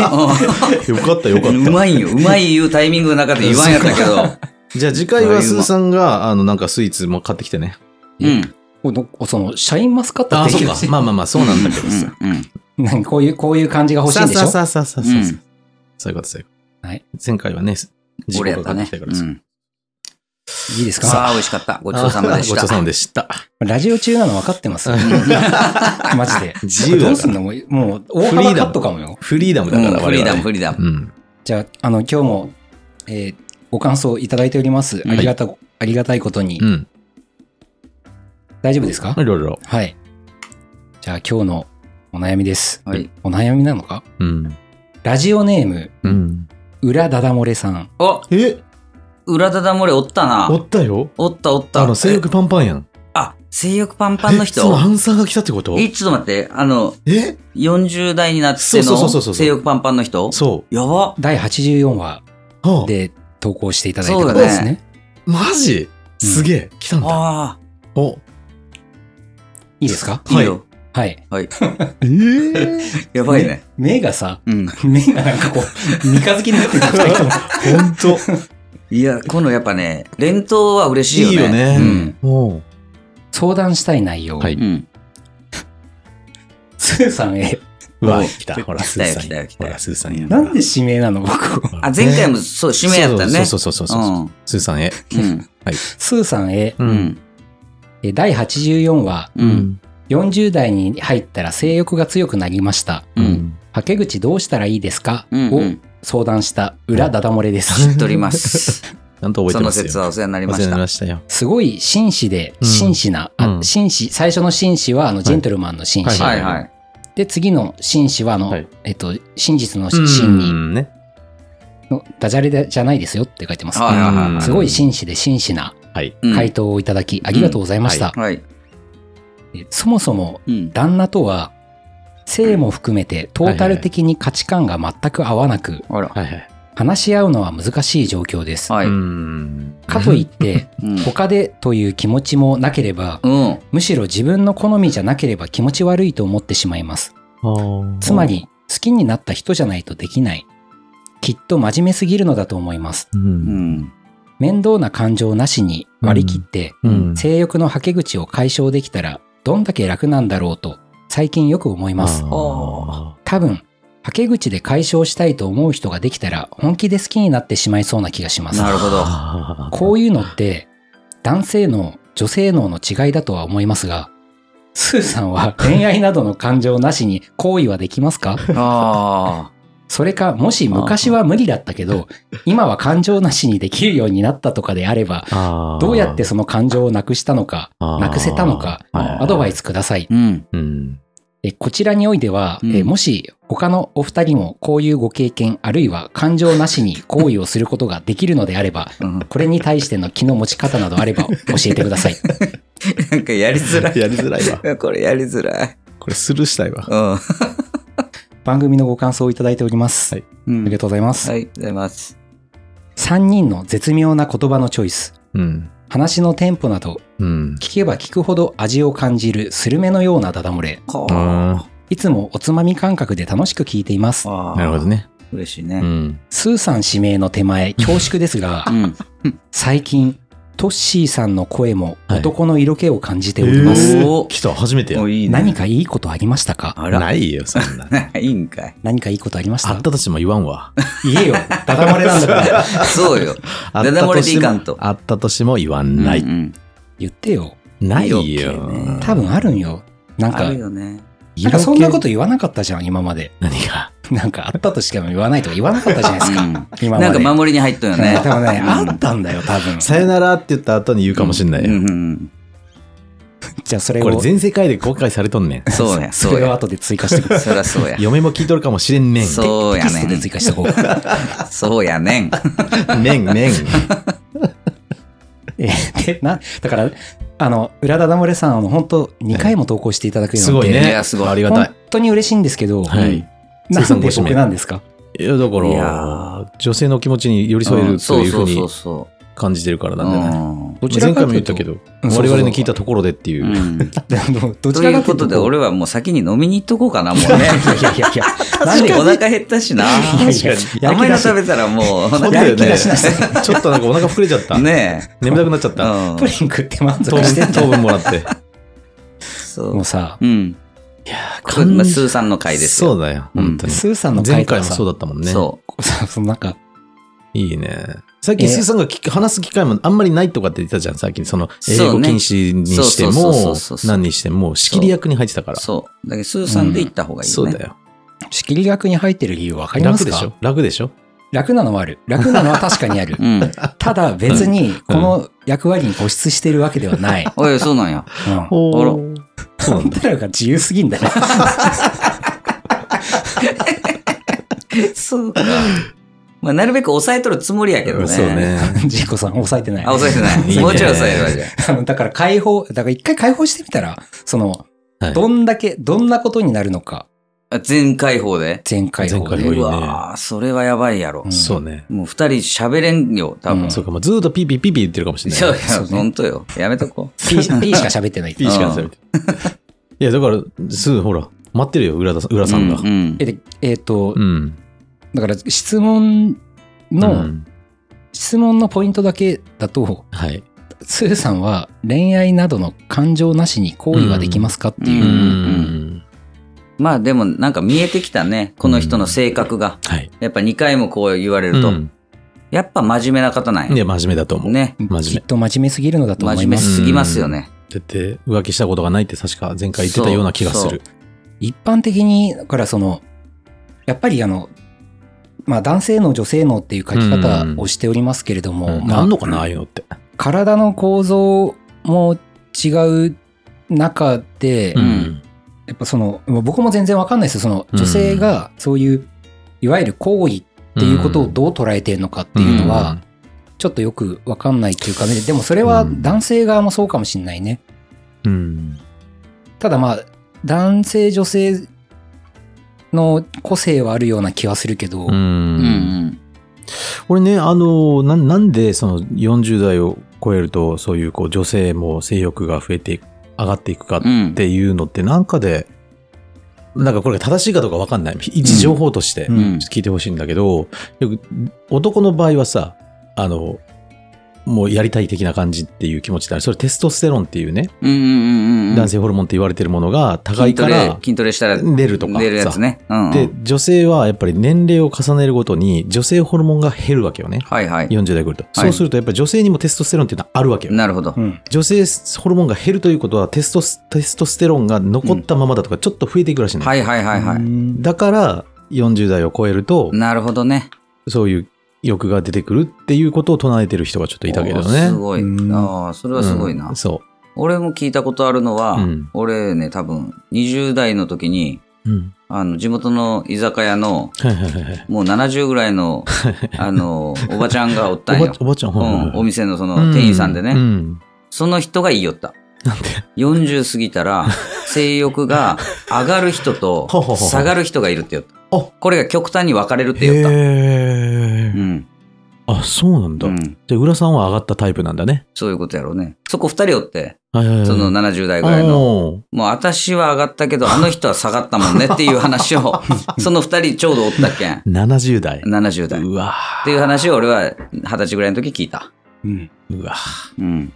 S1: かったよかっ
S2: うまいんよ。うまい言うタイミングの中で言わんやったけど。
S1: た。じゃあ次回はスーさんが、あの、なんかスイーツも買ってきてね。
S2: うん。
S3: このその、シャインマスカット
S1: あ
S3: っ
S1: あ、
S3: て
S1: そう
S3: い
S1: か。まあまあまあ、そうなんだけどさ。
S2: うんうん
S3: なんかこういう、こういう感じが欲しいんでし
S1: さあ
S3: ょ
S1: さあさあさあさあさあそういうことそういうこと。
S3: はい。
S1: 前回はね、事
S2: うん。
S1: 故
S2: 俺やっ
S1: が
S2: た
S1: 買ってき。たか
S2: ね
S1: ら
S2: う
S1: さ
S2: ん
S3: いいですか
S2: さあ、美味しかった。ごちそうさまでした。
S1: ごちそうさまでした。
S3: ラジオ中なの分かっ てます。 マジで。
S1: 自由だから
S3: どうすんのもう、もう、大幅カットかもよ。
S1: フリーダム
S2: う
S1: だから、
S2: んフリーダム、フ
S1: リー
S2: リーダ
S1: ム。
S2: ム。
S1: うん。
S3: じゃあ、あの、今日も、えーご感想いただいております。
S2: うん
S3: ありがた、ありがたいことに。
S1: うん。
S3: 大丈夫ですか
S1: いろいろ。
S3: はい。じゃあ、今日のお悩みです。
S2: はい。
S3: お悩みなのか
S1: うん。
S3: ラジオネーム、
S1: うん。
S3: 裏ダダ漏れさん。
S2: お
S1: え
S2: 裏だだ漏れおった
S1: お
S2: な。
S1: ったよ。
S2: おったおった。
S1: あの、性欲パンパンやん。
S2: あ、性欲パンパンの
S1: えそ
S2: 人
S1: の。アンサーが来たってこと
S2: え、ちょっと待って。あの、
S1: え
S2: 40代になって
S1: そうそうそうそうそ
S2: の
S1: う
S2: 性欲パンパンの人
S1: そ
S2: やば。
S3: 第84話
S1: う。はあ、
S3: で投稿していただいた方ですね。
S1: マジすげえ。来たんだ。
S2: あ
S1: お。
S3: いいですか
S2: あ、いいよ。
S3: はい。
S2: はい。
S1: ええ。
S2: やばいね。
S3: 目がさ、
S2: うん。
S3: 目がなんかこう、三日月になってる二人とも
S1: ほんと。
S2: いや、このやっぱね、連投は嬉しいよ
S1: いい
S2: ね。
S1: よね
S2: うん。。
S1: おう
S3: 相談したい内容。
S1: はいう
S2: ん。
S3: スーさんへ。
S1: うわ、来た。ほら、スーさん
S2: 来たよ来
S1: や。
S2: たよ来た
S1: ほ
S2: よ
S1: ら、スーさんや。
S3: なんで指名なの僕。
S1: ほら
S2: あ、前回もそう、指名やったね。
S1: そうそうそうそうそうそう。スーさんへ。
S2: うん。
S3: スーさんへ。
S1: う
S2: う。ん。
S3: え第84話、
S2: うん。うん。
S3: 40代に入ったら性欲が強くなりました。
S2: うん。
S3: はけ口どうしたらいいですか、
S2: うん。うん
S3: を。相談した裏ダダ漏れです。
S2: 知っとります。
S1: ちゃんと覚
S2: そ
S1: えて
S2: の
S1: ますよ。
S2: 説はお世話になり
S1: お世
S2: ま
S1: 話
S2: し
S1: になり
S2: た。
S1: ましたよ。
S3: すごい紳士で、
S1: うん
S3: 紳士な、あ
S1: うん
S3: 紳士、最初の紳士はあのジェントルマンの紳士。
S1: は
S2: はいい
S1: は
S2: はいい。
S3: で、次の紳士はあの、
S1: はい
S3: えっと、真実の真
S1: う
S3: に、
S1: んね。
S3: のダジャレでじゃないですよって書いてます。
S2: はいはい
S1: うん
S2: は
S3: すごい紳士で紳士な
S1: はい。
S2: い。
S3: 回答をいただき、ありがとうございました。
S2: うんはい。
S3: えそもそも
S2: うん。
S3: 旦那とは性も含めてトータル的に価値観が全く合わなく
S2: あら。
S1: はいはい。
S3: 話し合うのは難しい状況です。
S2: はい。
S1: うん
S3: かといって
S2: うん
S3: 他でという気持ちもなければ
S2: うん。
S3: むしろ自分の好みじゃなければ気持ち悪いと思ってしまいます。
S1: あー
S3: つまり好きになった人じゃないとできない。きっと真面目すぎるのだと思います。
S1: う。
S2: うんん。
S3: 面倒な感情なしに割り切って
S1: うん
S3: 性欲のはけ口を解消できたらどんだけ楽なんだろうと最近よく思います。
S1: あ
S3: 多分、はけ口で解消したいと思う人ができたら本気で好きになってしまいそうな気がします。
S2: なるほど。
S1: ー
S3: こういうのって男性脳、女性脳の違いだとは思いますが、スーさんは恋愛などの感情なしに行為はできますか
S2: あ
S3: それか、もし昔は無理だったけど、今は感情なしにできるようになったとかであれば、
S1: あー
S3: どうやってその感情をなくしたのか、
S1: あー
S3: なくせたのか、
S1: はいはい
S3: アドバイスください
S2: あ。。うん。
S1: うん。
S3: えこちらにおいては、
S2: うん
S3: えもし他のお二人もこういうご経験あるいは感情なしに行為をすることができるのであれば、
S2: うん
S3: これに対しての気の持ち方などあれば教えてください。
S2: なんかやりづらい。
S1: やりづらいわ。
S2: これやりづらい。
S1: これスルーしたいわ。
S2: うん。
S3: 番組のご感想をいただいております。
S1: はい
S2: うん
S3: ありがとうございます。
S2: はい、ありがとうございます。
S3: 3人の絶妙な言葉のチョイス、
S1: うん。
S3: 話のテンポなど、
S1: うん。
S3: 聞けば聞くほど味を感じるスルメのようなダダ漏れ、
S2: は
S1: う
S2: あ
S1: ん
S3: いつもおつまみ感覚で楽しく聞いています。
S2: ああ
S1: なるほど。ね。
S2: 嬉しいうね。
S1: ん。
S3: スーさん指名の手前、恐縮ですが
S2: う、ん。
S3: 最近トッシーさんの声も
S1: はい
S3: 男の色気を感じております。
S2: えー
S1: おー来た、初めてや。
S2: もういいね。
S3: 何かいいことありましたか
S2: あら。
S1: ないよ、そんな。
S2: いいんかい。
S3: 何かいいことありまし
S1: あ
S3: た
S1: ったとしても言わんわ。
S3: 言えよ。ダダ漏れなんだか ら。
S2: そうよ。
S1: あっ
S2: ダ
S1: た
S2: ダ漏
S1: と
S2: れで
S1: し
S2: い
S1: て
S2: か
S1: も
S2: んと、。
S1: あったとしても言わな
S2: う
S1: い。
S2: ん
S3: 言ってよ。
S1: ないよ
S2: 色気ね。
S3: 多分あるんよ。なんか
S2: ある、よね。
S3: なんかそんなこと言わなかったじゃん、今まで。
S1: 何が
S3: なんかあったとしか言わないとか言わなかったじゃないです
S2: う
S3: か。
S2: ん
S3: 今まで。
S2: なんか 守りに入ったよね
S3: うん。多分ね、
S2: うん
S3: あったんだよ、多分。
S1: さよならって言った後に言うかもしんないよ。
S2: うんうん
S3: じゃあそれ
S1: これ
S3: を、
S1: 全世界で公開されとんねん。
S2: うんそうや、
S3: そ
S2: そう
S3: れを
S2: や。
S3: 後で追加してくださ
S2: そりゃそうや。
S1: 嫁も聞いとるかもしれんねん。
S2: そう
S3: い。テ
S2: や
S3: キスト
S2: ね
S3: で
S2: ん
S3: 追。加してこう。
S2: そうやねん。
S1: ねん ねん。
S3: えで、な、だから、あの、浦田ダモレさん、あの、本当2回も投稿していただくよう
S1: す
S3: になっ
S1: ご
S3: て、
S1: い
S2: い
S1: ね。
S2: やすごい
S1: ありがたい
S3: 本。当に嬉しいんですけど、
S1: はい
S3: なんで僕なんですか
S1: いや、だか
S2: いや
S1: ら、女性の気持ちに寄り添え
S2: うん
S1: ると
S2: そう
S1: いうふ
S2: そうう
S1: に
S2: そうそ
S1: 感じてるから
S2: う。
S1: なんじゃない
S3: どちら
S1: 前
S3: か
S1: 回も言
S3: という
S1: っ
S3: と
S1: たけど、
S3: うん
S1: 我々の聞いた
S3: そう
S1: ところでっていうう。
S2: んうん
S3: そうそうどち
S2: と
S3: ら
S2: い
S3: か
S2: う
S3: と
S2: こ
S3: いうと、
S2: とで俺はもう先に飲みに行っとこうかなもうね
S3: いやいやいや、な
S2: お腹減ったしな甘いの食べたらもう
S1: そう
S2: な
S1: だ
S2: ん
S1: よ
S2: か
S1: ね。 ちょっとなんかお腹膨れちゃった。
S2: ね
S1: 眠たくなっちゃっ
S2: えう
S1: た。
S2: ん
S3: プリン食って満足
S1: 糖
S3: して
S1: 分
S3: んじゃ
S1: 糖分もらって。
S2: そ
S3: ん。も
S2: う
S3: うさ、
S2: うんこれまあスーさんの回です
S1: そ
S2: よ
S1: うだよ、
S2: うん
S1: 本当に。
S3: スーさんの
S1: 前
S3: 回
S1: 回
S3: とか
S1: も
S3: さ、
S1: そうだったもんね。
S2: そ
S3: さ そのなんか、
S1: いいね。最近
S3: え
S1: スーさんが聞く話す機会もあんまりないとかって言ってたじゃん、最近。その、英
S2: そ
S1: 語
S2: うね
S1: 禁止にして
S2: そうそうそ
S1: も
S2: うそう、そう
S1: 何にしても、仕切り役に入ってたから。
S2: う
S1: そ
S2: そうだけどスーさんで行った方がいいよ
S1: う
S2: ね。
S1: だよ。
S3: 仕切り役に入ってる理由わかりま
S1: 楽
S3: すか
S1: でしょ楽でしょ
S3: 楽なのはある。楽なのは確かに ある
S2: うん
S3: ただ別に、この役割に固執してるわけではない。
S2: おいそうなんや
S3: うん
S1: お
S2: ー
S1: そうなんだ。
S3: 本当らが自由すぎんだよ。
S2: そうかまあなるべく抑えとるつもりやけどね
S1: そうね。
S3: ジーコさん、抑えてない。
S2: あ抑えて
S1: いい
S2: な
S1: ね
S2: いもちろん抑えてない
S3: あのだから解放、だから一回解放してみたら、その、
S1: はい
S3: どんだけ、どんなことになるのか、
S2: あ全開放で
S3: 全解放
S1: 全開
S3: で
S1: すご放いね
S2: うわーそれはやばいやろ
S3: うん
S1: そうね。
S2: もう二人喋れんよ多
S3: う
S2: 分
S3: ん
S1: そうか、もうずーっとピーピーピーピー言ってるかもしれない
S2: そう
S1: ね。
S2: や
S3: そうね
S2: ほんとよやめとこ
S3: P, P しか 喋ってない。
S1: ピーしか 喋ってないいや、だから、スー、ほら、待ってるよ、浦田さん浦
S2: う
S1: さんが
S2: う。ん
S3: え、でえっ、と、
S1: うん。
S3: だから質問の、
S1: うん
S3: 質問のポイントだけだと、
S1: はい。
S3: スーさんは恋愛などの感情なしに行為はできますかっていうう、
S2: ん
S1: ん。
S2: まあでもなんか見えてきたねこの人の性格が
S1: はい。
S2: やっぱ2回もこう言われると、
S1: うん
S2: やっぱ真面目な方なん
S1: い
S2: や
S1: や、真面目だと思う。
S2: ね
S1: 真面目
S3: きっと真面目すぎるのだと
S2: 真
S3: 思い
S2: 面目
S3: ます。
S2: すぎますよね
S1: だって、浮気したことがないって確か前回言ってたような気がする。
S3: 一般的に、だからその、やっぱりあの、まあ男性の女性のっていう書き方をしておりますけれども、
S1: うん
S3: まあ
S1: あんのかな、ああいうのって。
S3: 体の構造も違う中で、
S1: う
S2: うんん。
S3: やっぱそのもう僕も全然わかんないですよその
S1: うん
S3: 女性がそういういわゆる行為っていうことをどう捉えてるのかっていうのはちょっとよくわかんないっていうかねでもそれは
S1: うん
S3: 男性側もそうかもしんないね
S1: うん、うん
S3: ただまあ男性女性の個性はあるような気はするけど、
S2: うんうん
S1: 俺ね、あのな、なんでその40代を超えると、そういうこう女性も性欲が増えて、上がっていくかっ
S2: うん
S1: ていうのって、なんかで、なんかこれが正しいかどうかわかんない。一情報として、ち
S3: う
S1: ょ
S3: ん
S1: っと聞いてほしいんだけど、よく男の場合はさ、あの、もうやりたい的な感じっていう気持ちだね。それテストステロンっていうね、
S2: うんうんうん
S1: 男性ホルモンって言われてるものが高い
S2: 筋ト
S1: か
S2: レ
S1: ら
S2: 筋トレしたら
S1: 出るとか
S2: 出るやつ
S1: さ。
S2: ねうんうん
S1: で、女性はやっぱり年齢を重ねるごとに女性ホルモンが減るわけよね。
S2: はいはい
S1: 40代来ると。
S2: は
S1: そ
S2: いう
S1: するとやっぱり女性にもテストステロンっていうのはあるわけよ。
S2: なるほど
S3: うん
S1: 女性ホルモンが減るということはテストステストステロンが残ったままだとかちょっと増えていくらしいのよ、
S2: はいはいはいは
S3: う
S2: い
S3: ん
S1: だから40代を超えると
S2: なるほどね
S1: そういう欲が出てくるっていうことを唱えてる人がちょっといたけど
S2: おー
S1: ね。
S2: すごい
S3: うん
S2: ああそれはすごいな
S1: うんそ
S2: 俺も聞いたことあるのは、
S1: うん
S2: 俺ね多分20代の時に
S1: う。うん。
S2: あの地元の居酒屋の
S1: はいはいはいはい。
S2: もう70ぐらいの あのおばちゃんがおったん
S1: お
S2: よ
S1: ば、おばちゃん、
S2: う
S1: はいはい
S2: ん、
S1: はい
S2: お店のその店員さんでね、
S1: ううん
S2: その人が言いよった
S1: なんで
S2: 40過ぎた ら性欲が上がる人と
S1: ほうほうほう
S2: 下がる人がいるって言った
S1: あ
S2: これが極端に分かれるって言った、
S1: へ
S2: う
S1: え。
S2: ん
S1: あ、そうなんだ
S2: う。ん、
S1: じゃあ、浦さんは上がったタイプなんだね。
S2: そういうことやろうねそこ2人おって
S1: はいはいはい
S2: その70代ぐらいの
S1: おー
S2: もう私は上がったけど、あの人は下がったもんねっていう 話を、その二人ちょうどおったけん、
S1: 70代。
S2: 70代。っ
S1: うわ
S2: ていう話を俺は二十歳ぐらいの時聞いた。
S3: うん。
S1: うわ。
S2: うん。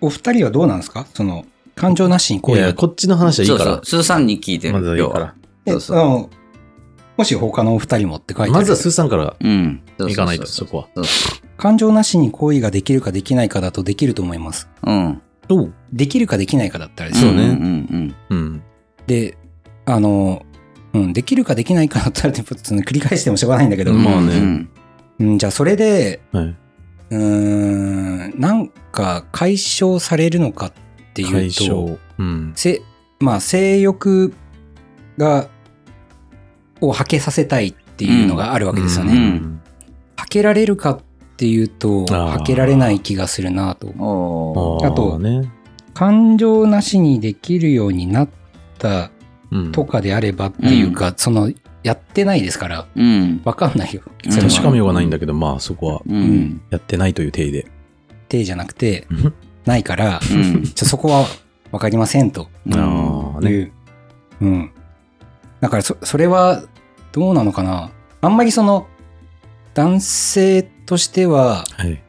S3: お二人はどうなんですかその、感情なしに
S1: い
S3: 恋
S1: やいや、
S3: を。
S1: こっちの話はいい
S2: そう
S1: か
S2: そう
S1: ら。。
S2: スーさんに聞いてる。
S1: まずはいいか
S2: 要は
S1: ら。
S3: え
S2: そうそう
S3: あのもし他のお二人もって書いてある
S1: まずはスーさんから
S2: うん。そうそうそう
S1: 行かないと、そこは。
S3: 感情なしに恋ができるかできないかだとできると思います。
S2: うん。
S1: どう
S3: できるかできないかだったらです
S1: そ
S3: よ
S1: うね
S2: んうん
S1: うん。
S3: で、あの、うん、できるかできないかだったらって、その繰り返してもしょうがないんだけ
S2: う
S3: ど、
S2: ん。
S1: まあね
S2: うん
S3: うん、じゃあそれで、
S1: はい。
S3: うーん、なんか解消されるのかっていう
S1: 解
S3: と、
S1: 消。うん。
S3: せまあ、性欲が、をはけさせたいっていうのがあるわけですよね。
S2: うん
S3: はけられるかっていうと、
S1: あー
S3: はけられない気がするなと。
S2: お
S1: あ
S2: ー
S1: ー
S3: あと
S1: ね。
S3: 感情なしにできるようになった
S1: うん。
S3: とかであればっていうか、その、やってないですから、
S2: うん。
S3: わかんないよ。
S2: うん
S3: それ
S1: 確か
S3: は、
S1: めようがないんだけど、まあそこは
S2: うん。
S3: ん
S1: やってないという定義で。
S3: 手じゃなくて
S1: うん、
S3: ないから、
S2: うん
S3: ちょそこはわかりませんと
S2: うん
S1: ああ
S3: いう、
S1: ね。
S3: うん。だからそ、それはどうなのかなあんまりその、男性としては、
S1: はい。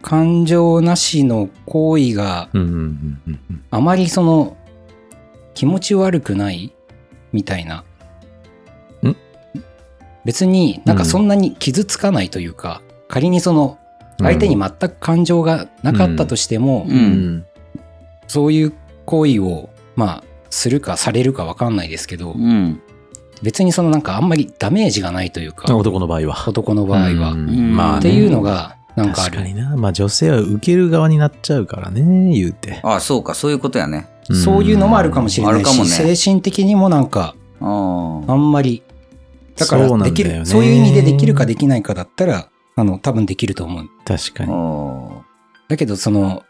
S3: 感情なしの行為が
S1: うんうんうんうんうん。
S3: あまりその、気持ち悪くないみたいな。
S1: ん
S3: 別になんかそんなに傷つかないというか、仮にその、相手に全く感情がなかったとしても、
S2: う。
S1: うんん。
S3: そういう行為を、まあ、するかされるかわかんないですけど、
S2: うん。
S3: 別にそのなんかあんまりダメージがないというか、
S1: 男の場合は。
S3: 男の場合
S1: う
S3: は。
S1: んまあね。
S3: っていうのが、なんかあ
S1: 確か
S3: る。
S1: にな。まあ女性は受ける側になっちゃうからね、言うて。
S2: ああ、そうか、そういうことやね。
S3: そういうのもあるかもしれな
S2: あ
S3: い
S2: るかも
S3: し、
S2: ね
S3: 精神的にもなんか、
S2: ああ。
S3: あんまり、だから
S1: そうなんだ
S3: で
S1: よね
S3: きる、そういう意味でできるかできないかだったら、あの、多分できると思う。
S1: 確か
S2: あ
S1: に。
S2: ー
S3: だけど、その、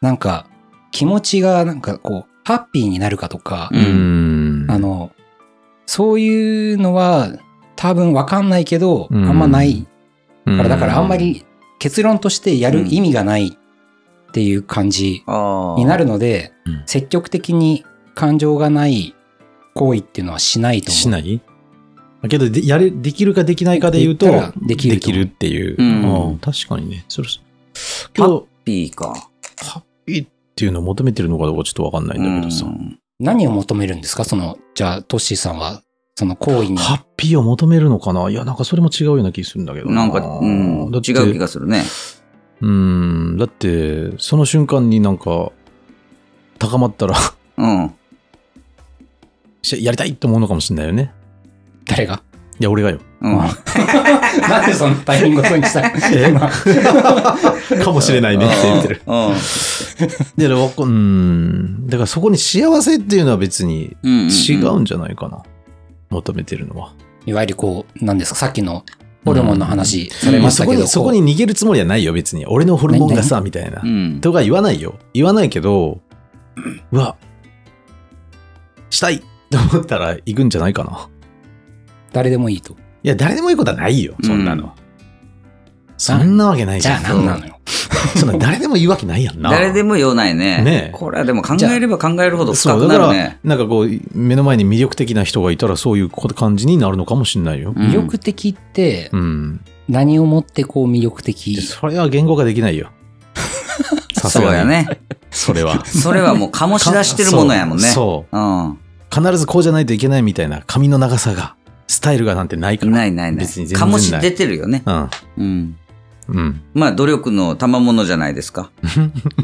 S3: なんか、気持ちがなんかこう、ハッピーになるかとか、
S2: うん
S1: ん
S3: あの、そういうのは多分わかんないけど、
S1: うん
S3: あんまない
S1: か
S3: から、だからあんま。り結論としてやる意味がないっていう感じ
S2: あー。
S3: になるので
S1: うん、
S3: 積極的に感情がない行為っていうのはしないと
S1: し
S3: 思う。
S1: ないけどで、やれ、できるかできないかで言うと
S3: できたら、できると
S1: っていう。
S2: うん
S1: ああ確かにね。それ
S2: ハ
S1: 今
S2: ッ
S1: 日、
S2: ピーか。
S1: ハッピーっていうのを求めてるのかどうかちょっとわかんないんだけどさ。
S2: うん
S3: 何を求めるんですかその、じゃあ、トッシーさんは、その行為に。
S1: ハッピーを求めるのかないや、なんかそれも違うような気するんだけど
S2: なんか、うん、
S1: だ
S2: 違う
S1: って
S2: 気がするね。
S1: うん、だって、その瞬間になんか、高まったら、
S2: うん。
S1: しやりたいって思うのかもしれないよね。
S3: 誰が
S1: いや、俺がよ。
S2: うん。
S3: あなんでそのタイミングをそうにした
S1: え
S3: 今
S1: かもしれないねって言ってる。
S2: うん。
S1: で、わかうん。だからそこに幸せっていうのは別に
S2: うん
S1: 違
S2: う。
S1: うんんじゃないかな。求めてるのは。
S3: いわゆるこう、なんですかさっきのホルモンの話され
S1: いや
S3: まし
S1: そ
S3: た
S1: こ
S3: けど、
S1: に、そこに逃げるつもりはないよ、別に。俺のホルモンがさ、みたいな
S2: う。ん。
S1: とか言わないよ。言わないけど、うわ、したい と思ったら行くんじゃないかな。
S3: 誰でもいいと。
S1: いや、誰でもいいことはないよ、そんなの。
S2: う
S1: そんなわけないじ
S3: じゃ
S1: ゃ
S3: あ
S1: ん。
S3: 何なのよ。
S1: そんな誰でも言うわけないやんな。
S2: 誰でも用ないね。
S1: ねえ
S2: これはでも考えれば考えるほど
S1: そ
S2: 深
S1: う、
S2: く
S1: だ
S2: な
S1: か
S2: る
S1: ら
S2: ね。、
S1: なんかこう、目の前に魅力的な人がいたら、そういうこ感じになるのかもしれないよ。
S2: うん
S3: 魅力的って
S1: うん。
S3: 何をもってこう魅力的
S1: でそれは言語化できない よ。さす
S2: そう
S1: が
S2: や
S1: に。
S2: ね。
S1: それは。
S2: それはもう醸し出してるものやもんね。。
S1: そう
S2: うん。
S1: う。必ずこうじゃないといけないみたいな、髪の長さが、スタイルがなんてないから。
S2: ないないない。
S1: 別に全然ない
S2: 醸し出てるよね。
S1: うん。
S2: うん。
S1: うん。
S2: まあ、努力の賜物じゃないです か。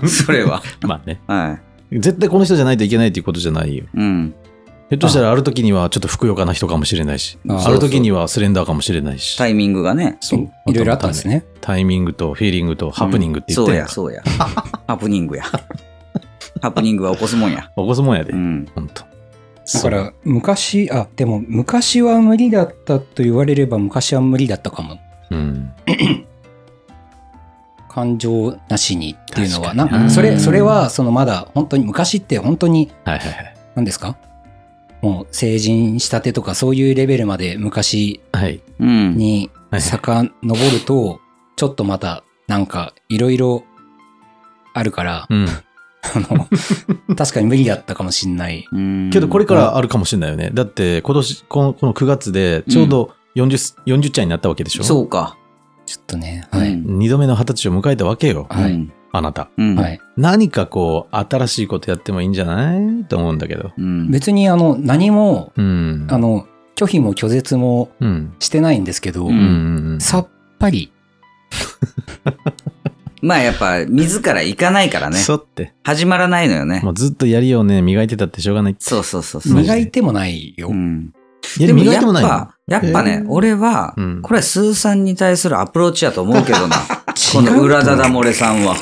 S2: それは。
S1: まあね。
S2: は
S1: 絶対この人じゃないといけないっていうことじゃないよ。
S2: い。うん。
S1: ひょっとしたらある時にはちょっとふくよかな人かもしれないし、
S3: あ
S1: あ
S3: ー
S1: る時にはスレンダーかもしれないし。
S2: タイミングがね。
S1: そう
S3: いろいろあったんです。ね。
S1: タイミングとフィーリングとハプニングって言っ
S2: そ
S1: て
S2: うん
S1: や
S2: や、
S1: ん
S2: そうや。 ハプニングや。ハプニングは起こすも んや。
S1: 起こすもんやで
S2: う。ん。
S1: ほんと。
S3: だから昔、あ、でも昔は無理だったと言われれば昔は無理だったかも。
S1: そう、うん。
S3: 感情なしにっていうのは、
S1: 確か
S3: なん
S1: に
S3: かそれ、それはそのまだ本当に昔って本当に
S1: はいはいはい。
S3: 何ですかもう成人したてとかそういうレベルまで昔
S1: はい。
S2: うん。
S3: に
S1: はい
S3: 遡ると、ちょっとまたなんかいろいろあるから、
S1: うん。
S3: あの、確かに無理だったかもしんない。
S2: うん
S1: けどこれからあるかもしれないよね。だって今年、このこの9月でちょうど40、40歳になったわけでしょ
S2: そうか。
S3: ちょっとね、は
S2: う
S3: い。
S2: ん
S1: 二度目の二十歳を迎えたわけよ、
S3: はい
S2: うん
S1: あなた。
S2: うん
S3: はい。
S1: 何かこう、新しいことやってもいいんじゃないと思うんだけど。
S2: うん
S3: 別に、あの、何も、
S1: うん。
S3: あ、の、拒否も拒絶も
S1: うん。
S3: してないんですけど、
S2: う
S1: うんうんうん。
S3: さっぱり、
S2: まあやっぱ自ら行かないからね
S1: そって。
S2: 始まらないのよね
S1: もうずっとやりをね、磨いてたってしょうがない。
S2: そうそうそうそう、
S3: 磨いてもないよ。
S2: うん、
S1: やり磨いてもない
S2: や
S1: の
S2: っぱやっぱね、
S1: えー
S2: 俺は、
S1: うん
S2: これはスーさんに対するアプローチやと思うけ どなこの裏ダダ漏れさんは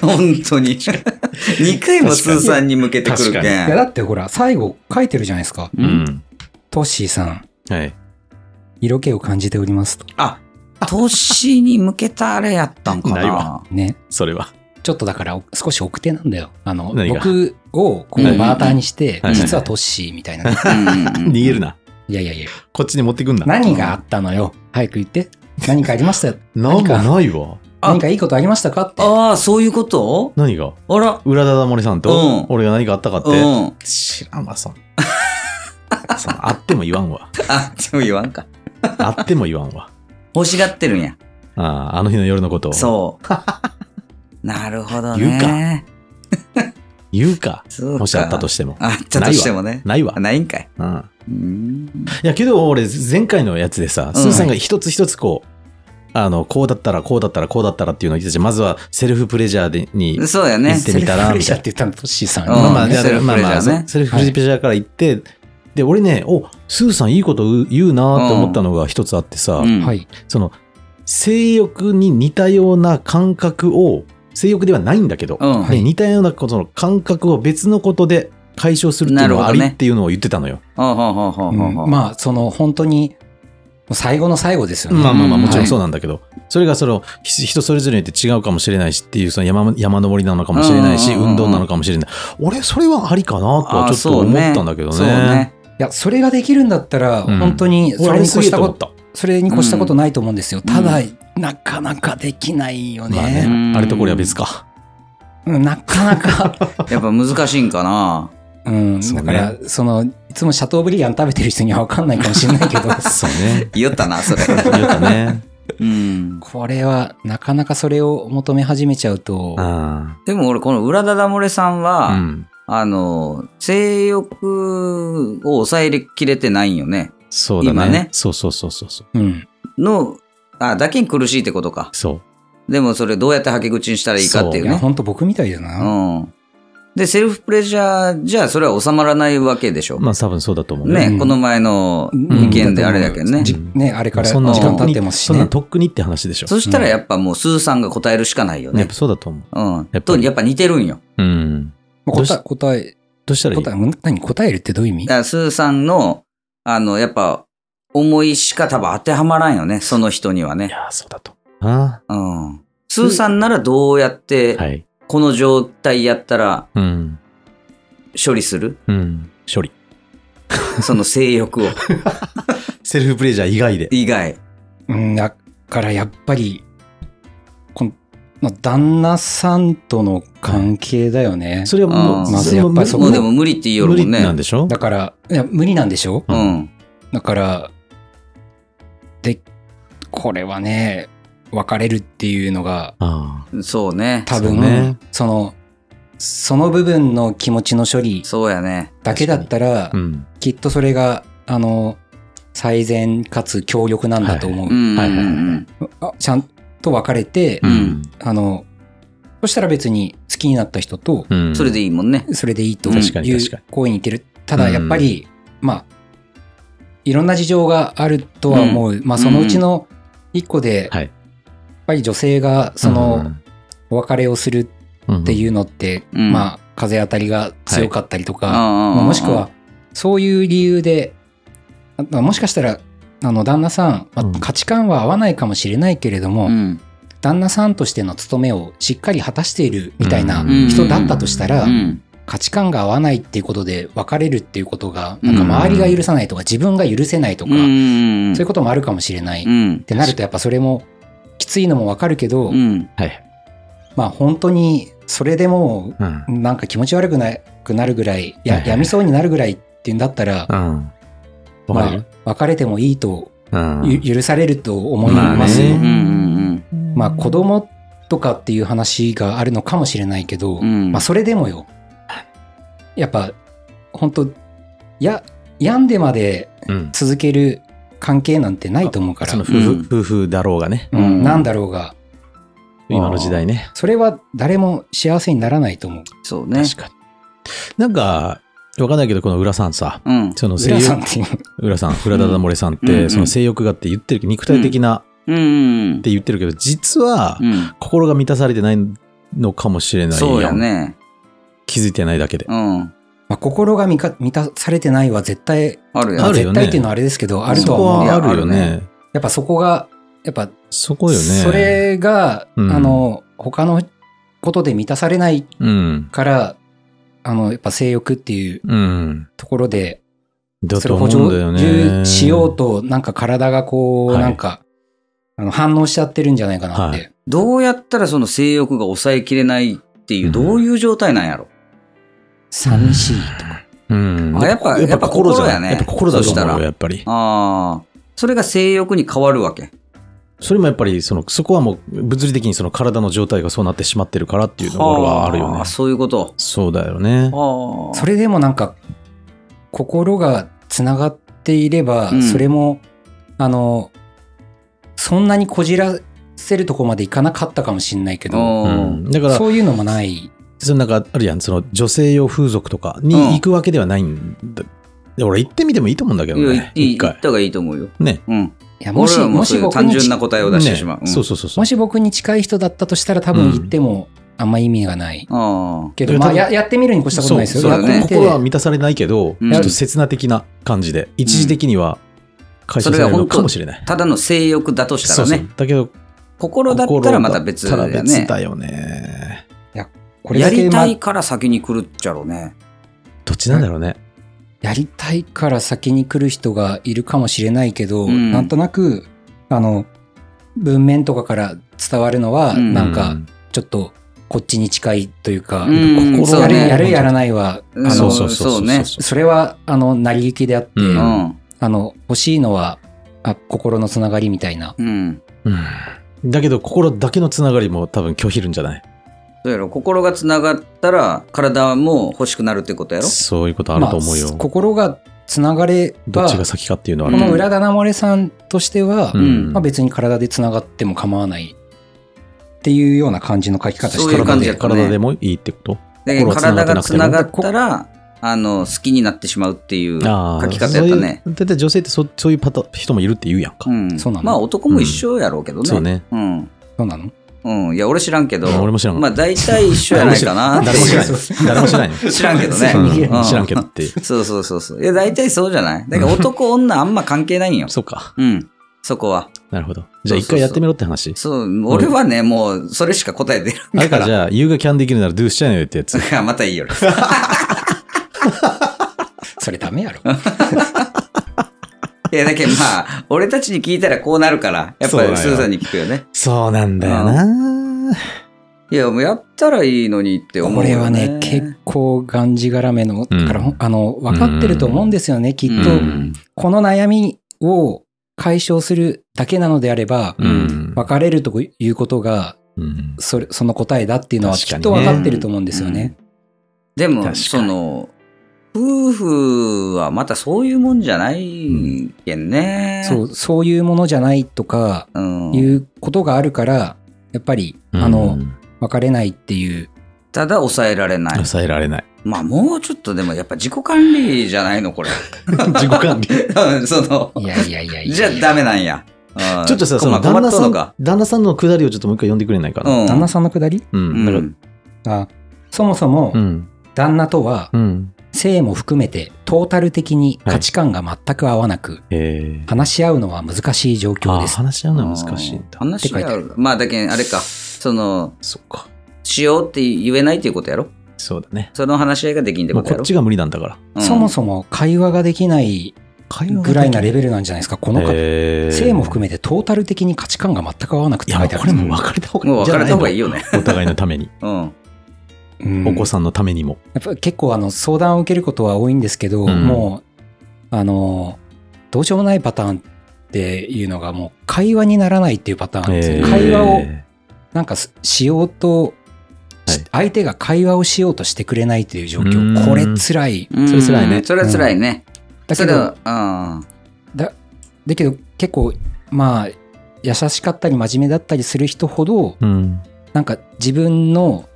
S2: 本当 に2回もスーさんに向けてくる
S1: 確
S2: け
S3: いや、
S2: ん
S3: だってほら、最後書いてるじゃないですか。
S1: う
S2: うん
S1: ん。
S3: トッシーさん、
S1: はい。
S3: 色気を感じておりますと。
S2: あ年に向けたあれやったんかな
S1: ないわ
S3: ね。
S1: それは。
S3: ちょっとだからお少し奥手なんだよ。あの、
S1: 何が
S3: 僕をこ
S2: う
S3: うんバーターにして
S1: は、い
S3: 実はトッシーみたいな。
S2: うんうん
S1: 逃げるな。
S3: いやいやいや、
S1: こっちに持ってくんな。
S3: 何があったのよ。早く言って。何かありましたよ。
S1: なん
S3: 何か
S1: かないわ。
S2: あ
S3: 何かいいことありましたかって。
S2: ああそういうこと
S1: 何が
S2: あら
S1: 裏田森さん
S2: うん
S1: と俺が何かあったかっ
S2: う
S1: て。
S2: ん
S1: 知らんわ、そん。 そんあっても言わんわ。
S2: あでも言わんか
S1: あっても言わんわ。
S2: 欲しがってるんや
S1: ああ、あの日の夜のことを。
S2: そうなるほどね
S1: 言うか言うか。
S2: そうか
S1: もしあったとしても。
S2: あったとしてもね
S1: ないわ
S2: あ。ないんかい
S1: うん。
S2: うん
S1: いや、けど俺、前回のやつでさ、
S2: うん
S1: スーさんが一つ一つこう、あの、こうだったら、こうだったら、こうだったらっていうのを言ってたじゃんまずはセルフプレジャーでに、
S2: そうやね
S1: 行ってみたら
S3: セルフプレジャーって言ったの、トッシーさん。
S2: うん
S1: まあまあ、
S2: ね
S1: じゃあ
S2: セルフプレジャーね
S1: まあまあそうセルフプレジャーから行って、で、俺ね、お、スーさんいいこと言うなと思ったのが一つあってさ、
S2: うん
S3: はい。
S1: その、性欲に似たような感覚を、性欲ではないんだけど、
S2: うん
S1: ね似たようなことの感覚を別のことで解消するっていうのはあり
S2: なるほどね
S1: っていうのを言ってたのよ。
S2: ほうほうほうほうほうほう
S3: まあ、その、本当に、もう最後の最後ですよね。
S1: まあまあまあ
S2: うん
S1: もちろんそうなんだけど、それがそのひ人それぞれによって違うかもしれないしっていうその山山登りなのかもしれないし、
S2: うんうんうんうん
S1: 運動なのかもしれない俺それはありかなとはちょ
S2: あ
S1: っと
S2: そう
S1: 思
S2: ね
S1: ったんだけどね。
S2: そうね
S3: いや、それができるんだったら、
S1: うん
S3: 本当に、それ
S1: 俺
S3: に
S1: に
S3: 越
S1: す
S3: し
S1: げえ
S3: た
S1: と
S3: こ
S1: 思っ
S3: と、
S1: た。
S3: それに越したことないと思うんですよ。ただ
S2: う、
S3: なかなかできないよ
S1: まあね
S3: ね。
S2: うん
S1: あれとこれは別か。
S3: うんなかな か。
S2: やっぱ難しいんかな
S3: うん。
S1: そう
S3: だ
S1: ね
S3: から、その、いつもシャトーブリアン食べてる人には分かんないかもしれない けど、
S1: そうね。
S2: 言ったなそれ
S1: 言うたね。
S2: うん
S3: これは、なかなかそれを求め始めちゃうと、
S1: あ
S2: でも俺この裏ダダ漏れさん
S1: あ。う
S2: は
S1: ん。
S2: あの性欲を抑えきれてないんよね
S1: そうだ
S2: 今
S1: ね。
S2: ね
S1: そうそうそうそうそう。
S3: うん。
S2: のあだけに苦しいってことか
S1: そう。
S2: でもそれどうやってはけ口にしたらいいかってい
S3: いうや、
S2: ね。
S3: ほんと僕みたいだ
S2: う
S3: な。
S2: ん。で、セルフプレジャーじゃあそれは収まらないわけでしょ。
S1: まあ多分そうだと思う
S2: ね、
S3: うん
S2: この前の
S3: うん
S2: 意見であれだけどね。
S3: じ
S1: うん
S3: ね、あれから時
S1: そんな
S3: 間経ってますし
S1: そんな
S3: ね。
S1: とっくにって話でしょ。
S2: そしたらやっぱもうスーさんが答えるしかないよ
S1: やっ
S2: ね
S1: ぱ。そうだと思う。
S2: うん。
S1: やっぱり
S2: とやっぱ似てるんよ。
S1: うん。どう
S3: 答
S1: し
S3: え、答え、
S1: どうしたらいい
S3: 答え、ん何答えるってどういう意味
S2: だからスーさんの、あの、やっぱ、思いしか多分当てはまらんよね。その人にはいね。
S1: やー、そうだと思う。あ
S2: うん。スーさんならどうやっ
S1: あ。は
S2: て、
S1: い。
S2: この状態やったら
S1: うん。
S2: 処理する
S1: うん。処理。
S2: その性欲 を。
S1: セルフプレジャー以外で。
S2: 以外。
S3: うん、だからやっぱり、この、まあ、旦那さんとの関係だよね。
S1: それはも
S2: う
S1: う、
S2: んま
S3: ずやっぱりそこ
S2: もうでも無理って言いよる
S1: 無
S2: も
S1: 理
S2: んね。
S1: なんでしょ
S3: だから、いや、無理なんでしょ
S2: う。
S1: うん
S3: だから、で、これはね、別れるっていうのが、
S1: あ
S2: そうね。
S3: 多
S1: そ
S3: 分、
S1: うね
S3: その、その部分の気持ちの処理
S2: そうやね。
S3: だけだったら
S1: あ。う、ん。
S3: きっとそれが、あの、最善かつ強力なんだと思う。
S2: うん。
S1: はいはいはい
S3: あちゃんと別れて、
S2: ん
S3: あの、そしたら別に好きになった人と、
S1: うん。
S2: それでいいもんね。
S3: それでいいという
S1: 確かに確かに
S3: 行為に似てる。ただやっぱり、まあ、いろんな事情があるとは思う。まあ、そのうちの一個で、
S1: はい
S3: やっぱり女性がその、お別れをする
S1: っ
S3: っていううのって、
S2: うん
S3: まあ、風当たりが強かったりとか、ま
S2: ま
S3: あもしくは、そういう理由で、あまあもしかしたら、あの旦那さん、まあ
S1: うん
S3: 価値観は合わないかもしれないけれど
S2: う
S3: も、
S2: ん、
S3: 旦那さんとしての務めをしっかり果たしているみたいな
S2: うん
S3: 人だったとしたら、
S2: うんうん
S3: 価値観が合わないっていうことで別れるっていうことが、
S2: うん
S3: なんか周りが許さないとか、自分が許せないと
S2: う
S3: か、
S2: ん、
S3: そういうこともあるかもしれない。
S2: う
S3: っ
S2: ん
S3: てなると、やっぱそれもきついのもわかるけど、
S2: うん
S1: はい。
S3: まあ本当にそれでも
S1: うん
S3: う、なんか気持ち悪くなくなるぐらい、や
S1: はいはい
S3: やみそうになるぐらいっていうんだったら
S1: う、ん。わか
S3: ま
S1: る
S3: あ別れてもいいと、
S1: うん。
S3: ゆ許されると思います
S1: まあね。
S3: よ
S2: うんうんうん
S3: まあ子供とかっていう話があるのかもしれないけど、
S2: うん
S3: まあそれでもよやっぱ本当や病んでまで
S1: うん。
S3: 続ける関係なんてないと思うか
S1: その
S3: ら、
S1: 夫婦、
S2: うん
S1: 夫婦だろうがね。
S3: う
S2: うん
S3: ん、なんだろうが
S1: 今の時代ね。
S3: それは誰も幸せにならないと思う。
S2: そうね。
S1: 確かに。なんか、わかんないけど、この浦さんさ、
S2: うん。
S1: その性
S3: 浦さん
S1: 欲、
S3: っていう
S1: 浦さん、浦田漏れさんって、
S2: うんうん
S1: その性欲がって言ってるけど、肉体的な
S2: うんうん
S1: って言ってるけど、実は
S2: う、ん。
S1: 心が満たされてないのかもしれない
S2: そうやね。
S1: 気づいてないだけで。
S2: うん。
S3: まあ、心が満か満たされてないは絶対、
S2: あるや
S1: あ
S2: ん
S1: るよね
S3: 絶対っていうのはあれですけど、あると
S1: そ
S3: は
S1: こ
S3: 思う。
S1: はあるよ
S2: いやある
S1: ね。
S3: やっぱそこが、やっぱ、
S1: そこよね。
S3: そ、れが、
S1: うん
S3: あの、他のことで満たされない
S1: うん。
S3: から、あの、やっぱ性欲っていう
S1: うん。
S3: ところで、
S1: だ
S3: そ
S1: と
S3: れを
S1: 思
S3: 補
S1: うんだよね。
S3: 充しようと、なんか体がこう、
S1: はい
S3: なんか、あの反応しちゃってるんじゃないかなって。
S1: は
S2: どうやったらその性欲が抑えきれないっていうう、
S1: ん
S2: どういう状態なんやろ。
S3: 寂しいとか。
S1: うん。
S2: あやっぱやっぱ心
S1: じゃない
S2: やね
S1: やっぱ心だと
S2: そした
S1: 思うよ、
S2: ら
S1: やっぱり。
S2: ああ。それが性欲に変わるわけ。
S1: それもやっぱり、その、そこはもう、物理的にその体の状態がそうなってしまってるからっていうところはあるよ
S2: あ
S1: ね
S2: ー。そういうこと。
S1: そうだよね。
S2: ああ。
S3: それでもなんか心がつながっていれば、
S2: うん
S3: それもあのそんなにこじらせるとこまでいかなかったかもしれないけど
S1: う
S2: うん
S1: ん。だから、
S3: そういうのもない
S1: そのなんかあるやん、その女性用風俗とかに行くわけではないんだ。で俺行ってみてもいいと思うんだけど
S2: いや、
S1: ね
S2: い。い
S1: 一
S2: い言っ
S1: 回。
S2: た方がいいと思うよ。
S1: ね。
S2: うん。
S3: いやも
S2: 俺
S3: し
S2: らも
S3: も
S2: そう
S3: し
S2: いう
S3: 僕
S2: 単
S3: に
S2: 純な答えを出してしまう。
S1: ねそう
S2: う
S1: そうそうそう。
S3: もし僕に近い人だったとしたら多分
S1: うん
S3: 言ってもあんま意味がない、
S2: ん。ああ。
S3: け
S1: い
S3: ど、
S1: や
S3: まあ、
S1: 多分
S3: ややってみるに越したことないですよ
S2: そうだね
S3: やってみて
S1: 心は満たされないけど、
S2: うん
S1: ちょっと刹那的な感じで、一時的には解消されるのかもしれない。
S2: ただの性欲だとした
S1: そう
S2: ら
S1: そう
S2: ね。。
S1: だけど、
S2: 心だったらまた別だ
S1: 心だ
S2: よ
S1: ったら別
S2: ね。
S1: だよね。
S3: これ
S2: や
S3: だけ
S2: り
S3: ま
S2: た
S3: あ
S2: いから先に来るっちゃろうね。
S1: どっちなんだろうね。
S3: やりたいから先に来る人がいるかもしれないけど、
S2: うん
S3: なんとなくあの文面とかから伝わるのは、
S2: うん
S3: なんか
S1: う
S3: ちょっとこっちに近いというか、
S2: うん
S3: 心
S2: そう
S3: やる、
S2: ね
S3: やるやらないは、
S2: うん
S3: あ
S1: そ
S3: の
S1: う
S3: そ
S1: そうそう
S2: そうね
S3: れはあの成り行きであって、
S1: うん
S2: うん。
S3: あの欲しいのはあ心のつながりみたいな。
S2: うん。
S1: うんだけど、心だけのつながりも多分拒否るんじゃない
S2: そうやろ。心がつながったら、体も欲しくなるってことやろ。
S1: そういうことあると思うよ。
S3: まあ心がつながれ
S1: どっ
S3: ば
S1: ちが先かっていうのは
S3: こ
S1: ある
S3: の裏棚漏れさんとしては、
S1: うん
S2: うん
S3: まあ、別に体でつながっても構わないっていうような感じの書き方して
S2: そうい
S3: る
S2: う
S3: の
S2: 感じや
S3: で
S2: ったね
S1: 体でもいいってこと
S2: で
S1: 心は繋が
S2: 体
S1: ってなく
S2: が
S1: て
S2: つ
S1: も
S2: ながったら、あの、好きになってしまうっていう
S1: ああ
S2: 書き方やったね。。
S1: そういうだいたい女性ってそそういうパターン人もいるって言うやんか。
S2: うん
S3: そうなの
S2: まあ男も一緒やろうけどね。
S1: そうね。
S2: うん。
S3: そうなの
S2: うん。いや、俺知らんけど。
S1: 俺も知らんかった
S2: まあ大体一緒やないかな。
S1: 誰も知らない
S3: そう。
S1: 誰も知らない。
S2: 知らんけどね。
S1: う
S2: うんん
S1: 知らんけどっていう。
S2: そうそうそうそう。いや、大体そうじゃないだから男、女あんま関係ないんよ。
S1: そうか。
S2: うん。そこは。
S1: なるほど。じゃあ
S2: そうそう
S1: 一
S2: そう
S1: 回やってみろって話。
S2: そう、俺はね、もう、それしか答え出る
S1: あれ
S2: か
S1: か、じ
S2: ら。
S1: ゃあ、優雅キャンできるならドゥーしちゃえよってやつ。
S2: またいいよ。
S3: それダメやろ。
S2: いや、だけどまあ、俺たちに聞いたらこうなるから、やっ
S1: そうだ
S2: ぱ
S1: よ
S2: りスーさんに聞くよね。
S1: そうなんだよな。
S2: いや、もうやったらいいのにって思
S3: こ
S2: う
S3: れ
S2: よ、
S3: は
S2: ね。
S3: ね、結構がんじがらめの、だからほ
S1: う
S3: ん
S1: ん
S3: あの、分かってると思うんですよね、きっ
S1: う
S3: と。
S1: ん。
S3: この悩みを解消するだけなのであれば、
S1: うん。
S3: 別れるということが、
S1: うん
S3: それ、その答えだっていうのは
S1: 確
S3: き
S1: か
S3: っ
S1: にね
S3: と分かってると思うんですよね。
S2: で
S1: 確か
S2: も、
S1: に
S2: その、夫婦はまたそういうもんじゃないけんね。
S3: そう、そういうものじゃないとか、
S2: うん。
S3: いうことがあるから、やっぱり、あの
S1: う、ん
S3: 別れないっていう、
S2: ただ抑えられない。
S1: 抑えられない。
S2: まあ、もうちょっとでもやっぱ自己管理じゃないの、これ。
S1: 自己管理。
S2: うんその、
S3: いやいやいやいや。
S2: じゃあダメなんや。うん
S1: ちょっとさ、そ
S2: 困
S1: の
S2: っ
S1: 旦那さ
S2: 困
S1: ん、
S2: っとんのか
S1: 旦那さんのくだりをちょっともう一回読んでくれないかな。
S2: うん
S3: 旦那さんのくだり
S1: うん。
S2: う
S1: だから
S2: ん
S3: あそもそも
S1: う、ん。
S3: 旦那とは、
S1: うん。
S3: 性も含めてトータル的に価値観が全く合わなく、
S1: えー。
S3: 話し合うのは難しい状況
S1: あー
S3: です。
S1: 話し合うのは難しいんだ。
S2: 話が合うまあだけんあれかその
S1: そっか。
S2: しようって言えないっていうことやろ
S1: そうだね。
S2: その話し合いができんって
S1: もう
S2: ことや
S1: こ
S2: ろ
S1: っちが無理なんだから。
S2: うん
S3: そもそも会話ができないぐらいなレベルなんじゃないですか、この方。
S1: えー
S3: 性も含めてトータル的に価値観が全く合わなく
S1: い
S3: て
S1: や、も
S3: 書いうてあ
S1: こ
S3: る。
S1: れもう別れた方がい
S2: も
S1: いん
S2: う
S1: じゃ
S2: 別
S1: な
S2: れ
S1: い
S2: た
S1: の
S2: 方がいいよね
S1: お互いのために。
S2: うん
S3: うん
S1: お子さんのためにも。
S3: やっぱ結構あの相談を受けることは多いんですけど、
S1: うん
S3: もう、あの、どうしようもないパターンっていうのがもう会話にならないっていうパターンなんですよ
S1: えー
S3: 会話をなんかすしようと、
S1: はい
S3: 相手が会話をしようとしてくれないという状況
S1: うーん
S3: これ辛い
S2: うん
S1: それ辛いね
S2: それは辛いね。
S3: だ
S2: そ
S3: け
S2: れ
S3: ど
S2: は、うん。
S3: だだけど結構まあ優しかったり真面目だったりする人ほど
S1: うん。
S3: なんか自分の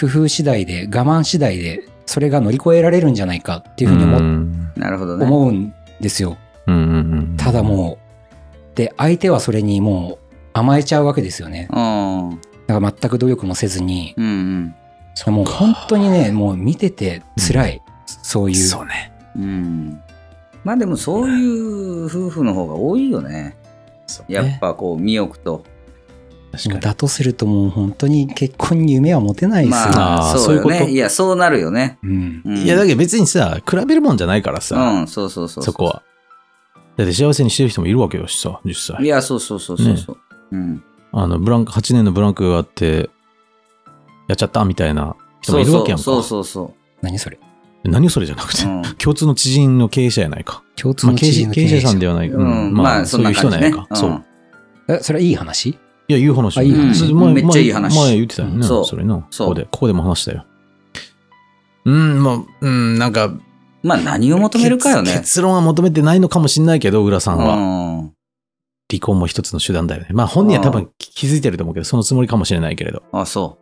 S3: 工夫次第で我慢次第でそれが乗り越えられるんじゃないかっていうふうに思,、
S1: うん
S2: なるほどね。
S3: 思うんですよ
S1: うんうんうん
S3: ただもうで相手はそれにもう甘えちゃうわけですよね
S2: うん。うん
S3: だから全く努力もせずに
S2: うん。
S3: もう本当にねもう見てて辛い、そういう
S1: そうね。
S2: うん。まあでもそういう夫婦の方が多いよね。
S1: そうね
S2: やっぱこう見置くと。
S1: 確かに。
S3: だとするともう本当に結婚に夢は持てないですよ、
S2: ま
S1: あ
S2: あ
S1: ー
S2: そうよ
S1: そういうこ
S2: ね。
S1: と
S2: いや、そうなるよね。
S3: うん
S2: うん
S1: いや、だけど別にさ、比べるもんじゃないから
S2: う
S1: さ、
S2: ん、そうそうそう。
S1: そこ。は。だって幸せにしてる人もいるわけよしさ、実
S2: い
S1: 際。
S2: や、そうそうそうそうそう。うん。
S1: あの、ブランク、8年のブランクがあって、やっちゃったみたいな人も
S2: そ
S1: いうる
S2: そ
S1: わけや
S2: うん
S1: か。
S2: そうそうそ
S3: 何それ
S1: 何それじゃなくて
S2: う。う、ん
S1: 共通の知人の経営者やないか。
S3: 共通
S1: まあ、
S3: の
S1: 経営
S3: 知人
S1: 者
S3: の
S1: 経営者さんではないか。
S2: う
S1: うん
S2: ん。
S1: ま
S2: ま
S1: あ、
S2: あ、そ
S1: そうんいう
S2: な
S1: 人
S2: 感
S1: なんや
S2: じね
S1: んか。。そう。
S2: ん
S3: えそれいい話
S1: いや、言う話
S3: あいい話
S1: うん前
S2: めっちゃいい話
S1: 前前言ってたよね。
S2: そう
S1: それな。
S2: そう
S1: ここで、ここでも話したよ。うん、まあ、うん、なんか、
S2: まあ、何を求めるかよ
S1: 結
S2: ね。
S1: 結論は求めてないのかもしれないけど、浦さんは。
S2: うん。
S1: 離婚も一つの手段だよね。まあ、本人は多分気気づいてると思うけど、そのつもりかもしれないけれど。
S2: あ、そ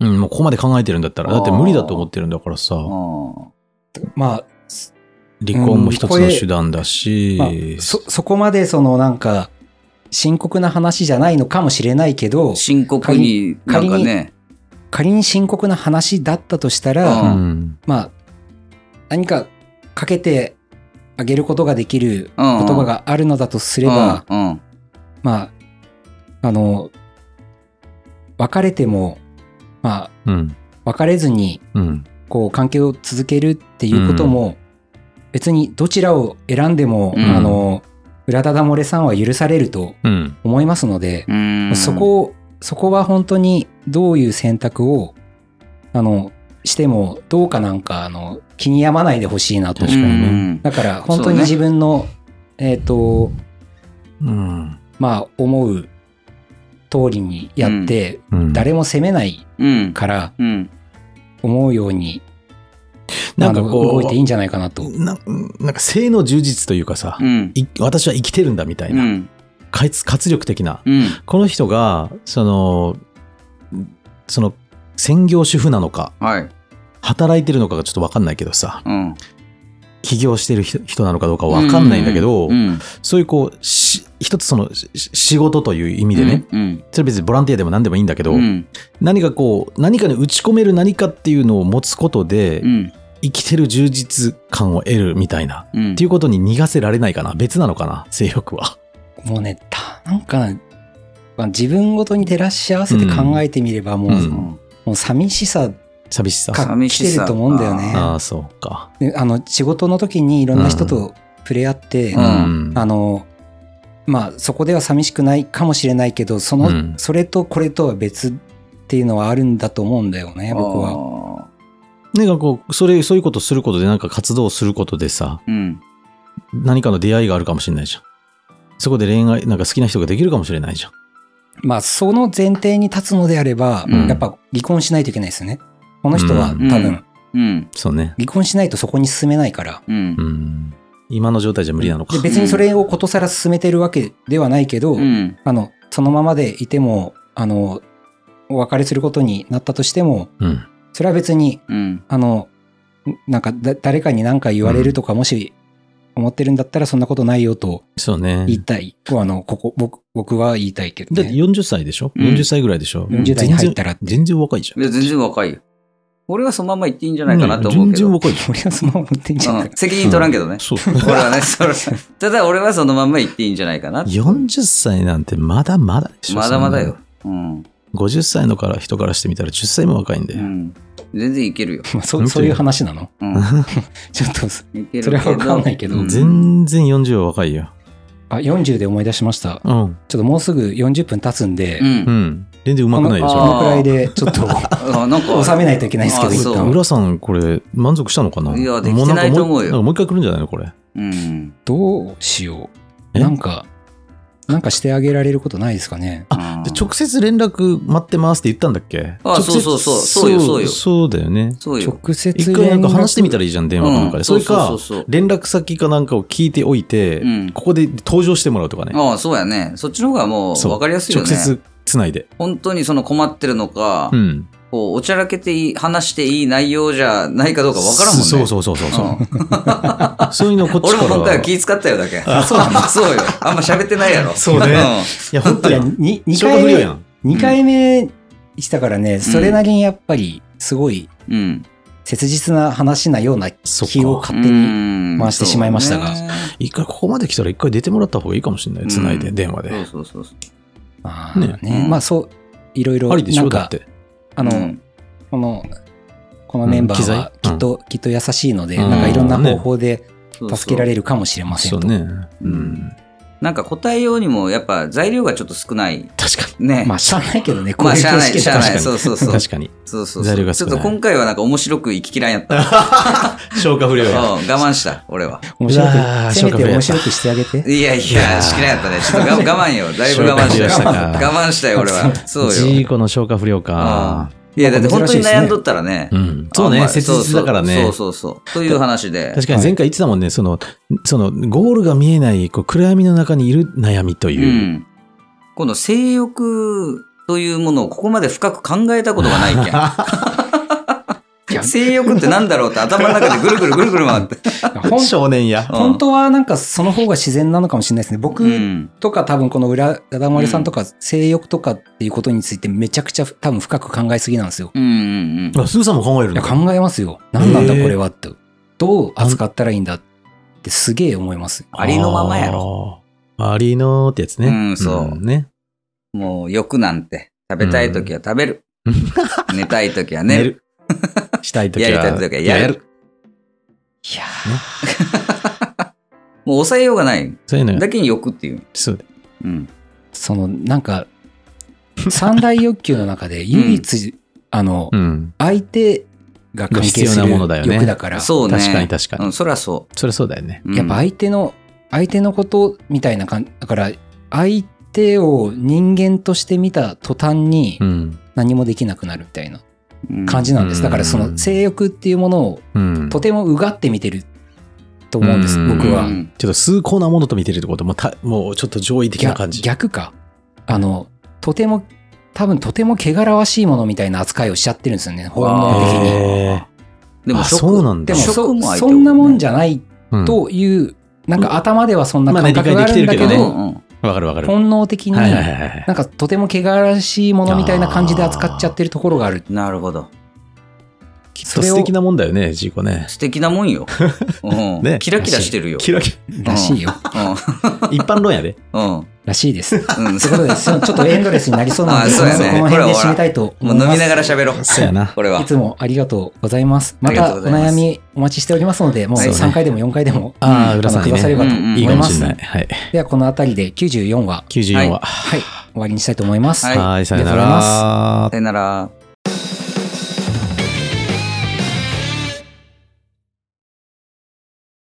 S1: うん、もうここまで考えてるんだったら、だって
S2: あー
S1: 無理だと思ってるんだからさ、
S2: う。うん
S3: まあ
S1: 離婚も一つの手段だし、
S3: まあ、そそこまでそのなんか深刻な話じゃないのかもしれないけど
S2: 深刻に、なん
S3: 仮に
S2: かね。
S3: 仮に深刻な話だったとしたら、
S2: う
S1: うん、
S3: まあ何かかけてあげることができる
S2: 言
S3: 言葉があるのだとすれば、
S2: うんうん。
S3: まああの別れてもま
S1: うん、
S3: あ別れずに
S1: うん、
S3: こう関係を続けるっていうことも、別にどちらを選んでも、
S2: うん
S3: あの浦田ダモレさんは許されると
S1: うん、
S3: 思いますので、
S2: うん
S3: そこをそこは本当にどういう選択をあのしてもどうかなんかあの気に病まないでほしいなと
S1: 確かにね
S2: うん
S3: だから本当
S2: そう
S3: に
S2: ね
S3: 自分の、えっ、と
S1: うん、
S3: まあ思う通りにやって、
S1: うん。
S3: 誰も責めない
S2: うん。
S3: から
S2: うん。
S3: 思うように
S1: なん
S3: あ
S1: か
S3: の
S1: こう
S3: 動いていいんじゃないかなと。
S1: ななんか性の充実というかさ、
S2: うん。
S1: い私は生きてるんだみたいうな、
S2: ん。
S1: かつ活力的な、
S2: うん。
S1: この人がそのその専業主婦なのか
S2: はい。
S1: 働いてるのかがちょっと分かんないけどさ
S2: うん。
S1: 起業してる人人なのかどうか分かんないんだけど、
S2: うん。
S1: そういうこうし一つそのしし仕事という意味でね、
S2: うん。
S1: それ別にボランティアでも何でもいいんだけど、
S2: うん。
S1: 何かこう何かに打ち込める何かっていうのを持つことで、
S2: うん。
S1: 生きてる充実感を得るみたいな。
S2: うん。
S1: っていうことに逃がせられないかな別なのかな性欲は。
S3: もうねたなんか、まあ自分ごとに照らし合わせて考えてみればもう,、
S1: うん
S2: うん
S3: もう寂しさ
S1: 寂しさ。
S3: か
S2: 寂
S3: 来
S2: しさ
S3: てると思うんだよね。
S1: ああ、そうか。
S3: であの仕事の時にいろんな人と触れ合って、
S2: うん
S3: あのまあそこでは寂しくないかもしれないけどその、
S1: うん
S3: それとこれとは別っていうのはあるんだと思うんだよね僕は。
S2: は。
S1: なんかこう、それ、そういうことすることで、なんか活動することでさ、
S2: うん。
S1: 何かの出会いがあるかもしれないじゃん。そこで恋愛、なんか好きな人ができるかもしれないじゃん。
S3: まあその前提に立つのであれば、
S2: うん
S3: やっぱ離婚しないといけないですよね。この人は多
S1: うん
S3: 分、
S2: うん。
S1: そうね。
S3: 離婚しないとそこに進めないから。
S2: うん
S1: う。ん。今の状態じゃ無理なのか
S3: で。別にそれをことさら進めてるわけではないけど、
S2: うん。
S3: あのそのままでいてもあのお別れすることになったとしても
S1: うん。
S3: それは別に
S2: うん。
S3: あの、んなんかだ、誰かに何か言われるとか、もし思ってるんだったら、そんなことないよと
S1: そうね。
S3: 言いたい。あの、ここ、僕、僕は言いたいけど、
S1: だって
S3: ね。
S1: 40歳でしょ
S2: うん
S1: ?40 歳ぐらいでしょ
S3: 40代に入ったらって
S1: 全然全然若いじゃん。
S2: いや、全然若いよ。俺はそのまま言っていいんじゃないかなと思う
S1: 全
S2: け
S1: 然
S2: ど。
S1: 若いじゃ
S3: 俺はそのまま言ってんじゃん
S2: う
S3: か
S2: ん。責任取らんけどね
S1: ん。。そう。
S2: 俺はね、それただ俺はそのまんま言っていいんじゃないかな。
S1: 40歳なんてまだまだでしょ
S2: まだまだよ。。う
S1: そ
S2: ん。
S1: んな50歳のから人からしてみたら10歳も若いんだ
S2: う
S1: よ。
S2: ん。全然いけるよ。
S3: まあ、そ
S1: 本当に
S3: そういう話なの
S2: うん。
S3: ちょっと、
S2: いけるけど
S3: それはわかんないけど
S2: うん
S1: 全然40は若いよ。
S3: あ、40で思い出しました。
S1: うん。
S3: ちょっともうすぐ40分経つんで、
S2: うん
S1: う。ん。全然うまくないでし
S3: こ
S1: ょ
S2: あー
S3: のくらいで、ちょっと、
S2: あなんか。
S3: 収めないといけないですけど、
S2: あー
S3: 一
S2: そう
S3: 旦。
S1: 浦さん、これ、満足したのかないい
S2: やできてないと思
S1: もう
S2: うよ
S1: なんかもう一回来るんじゃないのこれ。
S2: うん。
S3: どうしよう。
S1: え
S3: なんか、なんかしてあげられることないですかね。
S2: あうん
S1: で直接連絡待ってますって言ったんだっけ
S2: あ
S1: 直接
S2: そうそうそうそうよそうよ
S1: そうだよね。
S2: そうよ。
S3: 直接
S1: 一回なんか話してみたらいいじゃん、電話かなんか
S2: う
S1: で。
S2: ん
S1: それ
S2: そ
S1: か
S2: うそうそうそう、
S1: 連絡先かなんかを聞いておいて
S2: うん、
S1: ここで登場してもらうとかね。
S2: ああ、そうやね。そっちの方がもう
S1: そう
S2: 分かりやすいよね。
S1: 直接つないで。
S2: 本当にその困ってるのか、
S1: うん。
S2: こうおちゃらけていい、話していい内容じゃないかどうか分からんもんね。
S1: そうそうそうそうそう。
S2: うん
S1: そういうのこっち
S2: 俺
S1: か
S2: も
S1: ら。
S2: 今回は気使ったよだけ。そう そうよ。あんま喋ってないやろ。
S1: そうね
S2: ん
S1: いや、本当
S3: い
S1: や
S3: や、
S1: ん。
S3: に二
S1: 消化
S3: 回
S1: 不良
S3: 目
S1: や、ん。
S3: 二回目したからね、それなりにやっぱり、すごい
S2: うん。
S3: 切実な話なような
S1: そっか
S3: 気を勝手に。回してしまいましたが
S2: そうね
S1: 一回ここまで来たら一回出てもらった方がいいかもしれない。つないで、
S2: うん
S1: 電話で。
S2: そうそうそうそ
S3: まあね
S2: ね
S3: まあそう、いろいろ、
S1: ありでし
S3: な
S1: ょ
S3: ん
S1: だっ
S3: か、
S1: て。
S3: あ
S2: う。
S3: の、
S2: うん
S3: この、このメンバーは
S1: うん機
S3: き
S1: 材
S3: っと、きっと優しいので、
S1: うん
S3: なんかいろんな方法で
S2: そうそう
S3: 助けられるかもしれませ
S1: そ
S3: ん
S1: う
S3: と。
S1: ね。うん。
S2: なんか答えようにも、やっぱ材料がちょっと少ない。
S1: 確かに。
S2: ね。
S3: まあ、しゃあないけどね、こう
S2: まあ、
S3: いう
S2: しゃあない、
S3: 形式
S2: しゃあ
S3: だ
S2: な
S3: か
S2: い。
S3: ら。
S2: そうそうそう。
S1: 確かに。
S2: そうそうそう
S1: 材料が少ない
S2: ちょっと今回はなんか面白く生ききらんや った。
S1: 消化不良
S2: うん
S1: や。
S2: 我慢した、俺は。
S3: 面白
S1: うわー
S3: く、せ
S1: 消
S3: め
S1: 化不
S3: て
S1: 良
S3: 面白くしてあげて。
S2: いやい
S1: いやー
S2: や、しきらんやったね。ちょっとが我慢よ。だいぶ我慢した
S1: 消化不良
S2: よ。
S1: したか
S2: 我慢したよ、俺は。そう
S1: ジー
S2: よ。
S1: コの消化不良か。
S2: いや、だって本当に
S3: 珍しいですね
S2: 悩んどったらね
S1: う。ん。そう
S2: あん
S1: ね。
S2: ま
S1: 切実だからね
S2: そう。そうそうそう。という話で。
S1: 確かに前回言ってたもんね、その、その、ゴールが見えない、こう、暗闇の中にいる悩みと
S2: う
S1: いう。
S2: ん。この性欲というものをここまで深く考えたことがないけん。性欲ってなんだろうって頭の中でぐるぐるぐるぐる回って。
S3: 本
S1: 少年や。
S2: うん
S3: 本当はなんかその方が自然なのかもしれないですね。僕
S2: うん。
S3: とか多分この裏、ダダモレさんとか性欲とかっていうことについてめちゃくちゃ多分深く考えすぎなんですよ。
S2: うんうん
S1: あ、すぐさんも考える
S3: いや
S1: の
S3: 考えますよ。何なんだ
S1: へー
S3: これはって。どう扱ったらいいんだってすげえ思います。
S2: ありのままや
S1: ろ。ありのってやつね。
S2: うんそう
S1: ね。
S2: うん。もう欲なんて。食べたいときは食べる。寝たいときは 寝
S1: 寝
S2: る。
S1: る。したいとき
S2: や
S1: は。
S2: りたいときはやる。。
S3: いや
S2: もう抑えようがない。
S1: そういうのよ。
S2: だけに欲っていう。
S1: そうだよ
S2: うん。
S3: そのなんか、三大欲求の中で唯一、あの
S1: う、ん。
S3: 相手が関係す
S1: 必要な
S3: る
S1: ものだよね
S3: 欲だから、
S2: そうね。
S1: 確かに確かに
S2: うん、そりゃそ
S1: そりゃそうだよね。
S2: う。うん
S3: やっぱ相手の、相手のことみたいな感じ、だから相手を人間として見た途端に
S1: うん。
S3: 何もできなくなるみたいな感じなんで
S1: う
S3: す。
S1: ん
S3: だからその性欲っていうものを
S1: うん。
S3: とてもうがって見てると思うんです、
S1: うん
S3: 僕は
S2: う。ん
S1: ちょっと崇高なものと見てるってこともた、もうちょっと上位的な感じ。
S3: 逆か。あの、とても、多分とても汚らわしいものみたいな扱いをしちゃってるんですよね、本能的に。
S1: へ
S2: でも
S1: あ
S2: 食、
S1: そうなん
S2: で
S1: だ
S2: も
S3: で
S2: 食
S3: もそ
S2: も相手
S3: そんなもんじゃない
S1: ーうん
S3: という、なんか頭ではそんな
S1: まあ
S3: 感
S1: ね
S3: 覚があるんだ
S1: 理解
S3: け
S1: できてるけ
S2: う
S1: ど
S3: ど、
S2: んうん
S1: わかるわかる。
S3: 本能的に、
S1: はいはい
S3: な
S1: はいはい。
S3: んかとても汚らしいものみたいな感じで扱っちゃってるところがある。
S2: なるほど。
S1: きっと素敵なもんだよね、ジーコね。
S2: 素敵なもんよ。うん
S1: ね
S2: キラキラしてるよ。
S1: キラキ
S3: らしいよ。
S1: ラ。一般論やで。
S2: うん。うん。
S3: らしいです。と
S2: うん
S3: いうことで、そのちょっとエンドレスになりそうなので、
S2: あ そ
S3: そ
S2: う
S3: の
S2: やね
S3: 辺で締めたいと
S2: も
S3: 思
S2: う
S3: います。
S2: 飲みながら喋ろう。
S1: そうやな。
S2: これ
S3: い
S2: は。
S3: つもありがとうございます。ま
S2: ありがと
S3: た
S2: うご
S3: お
S2: ざいます
S3: 悩みお待ちしておりますので、もう
S2: はい
S3: 3回でも4回でも、
S1: ああ、
S2: うん
S1: 浦さんに
S3: あのくだされば
S1: ね。
S2: と思います
S1: いいかもしれない。はい。
S3: ではこの辺りで94話、
S1: 94話。
S3: はい、終わりにしたいと思います。
S2: はい
S1: はい、さよな
S3: ありがとうございます
S1: ら
S2: さ。よなら。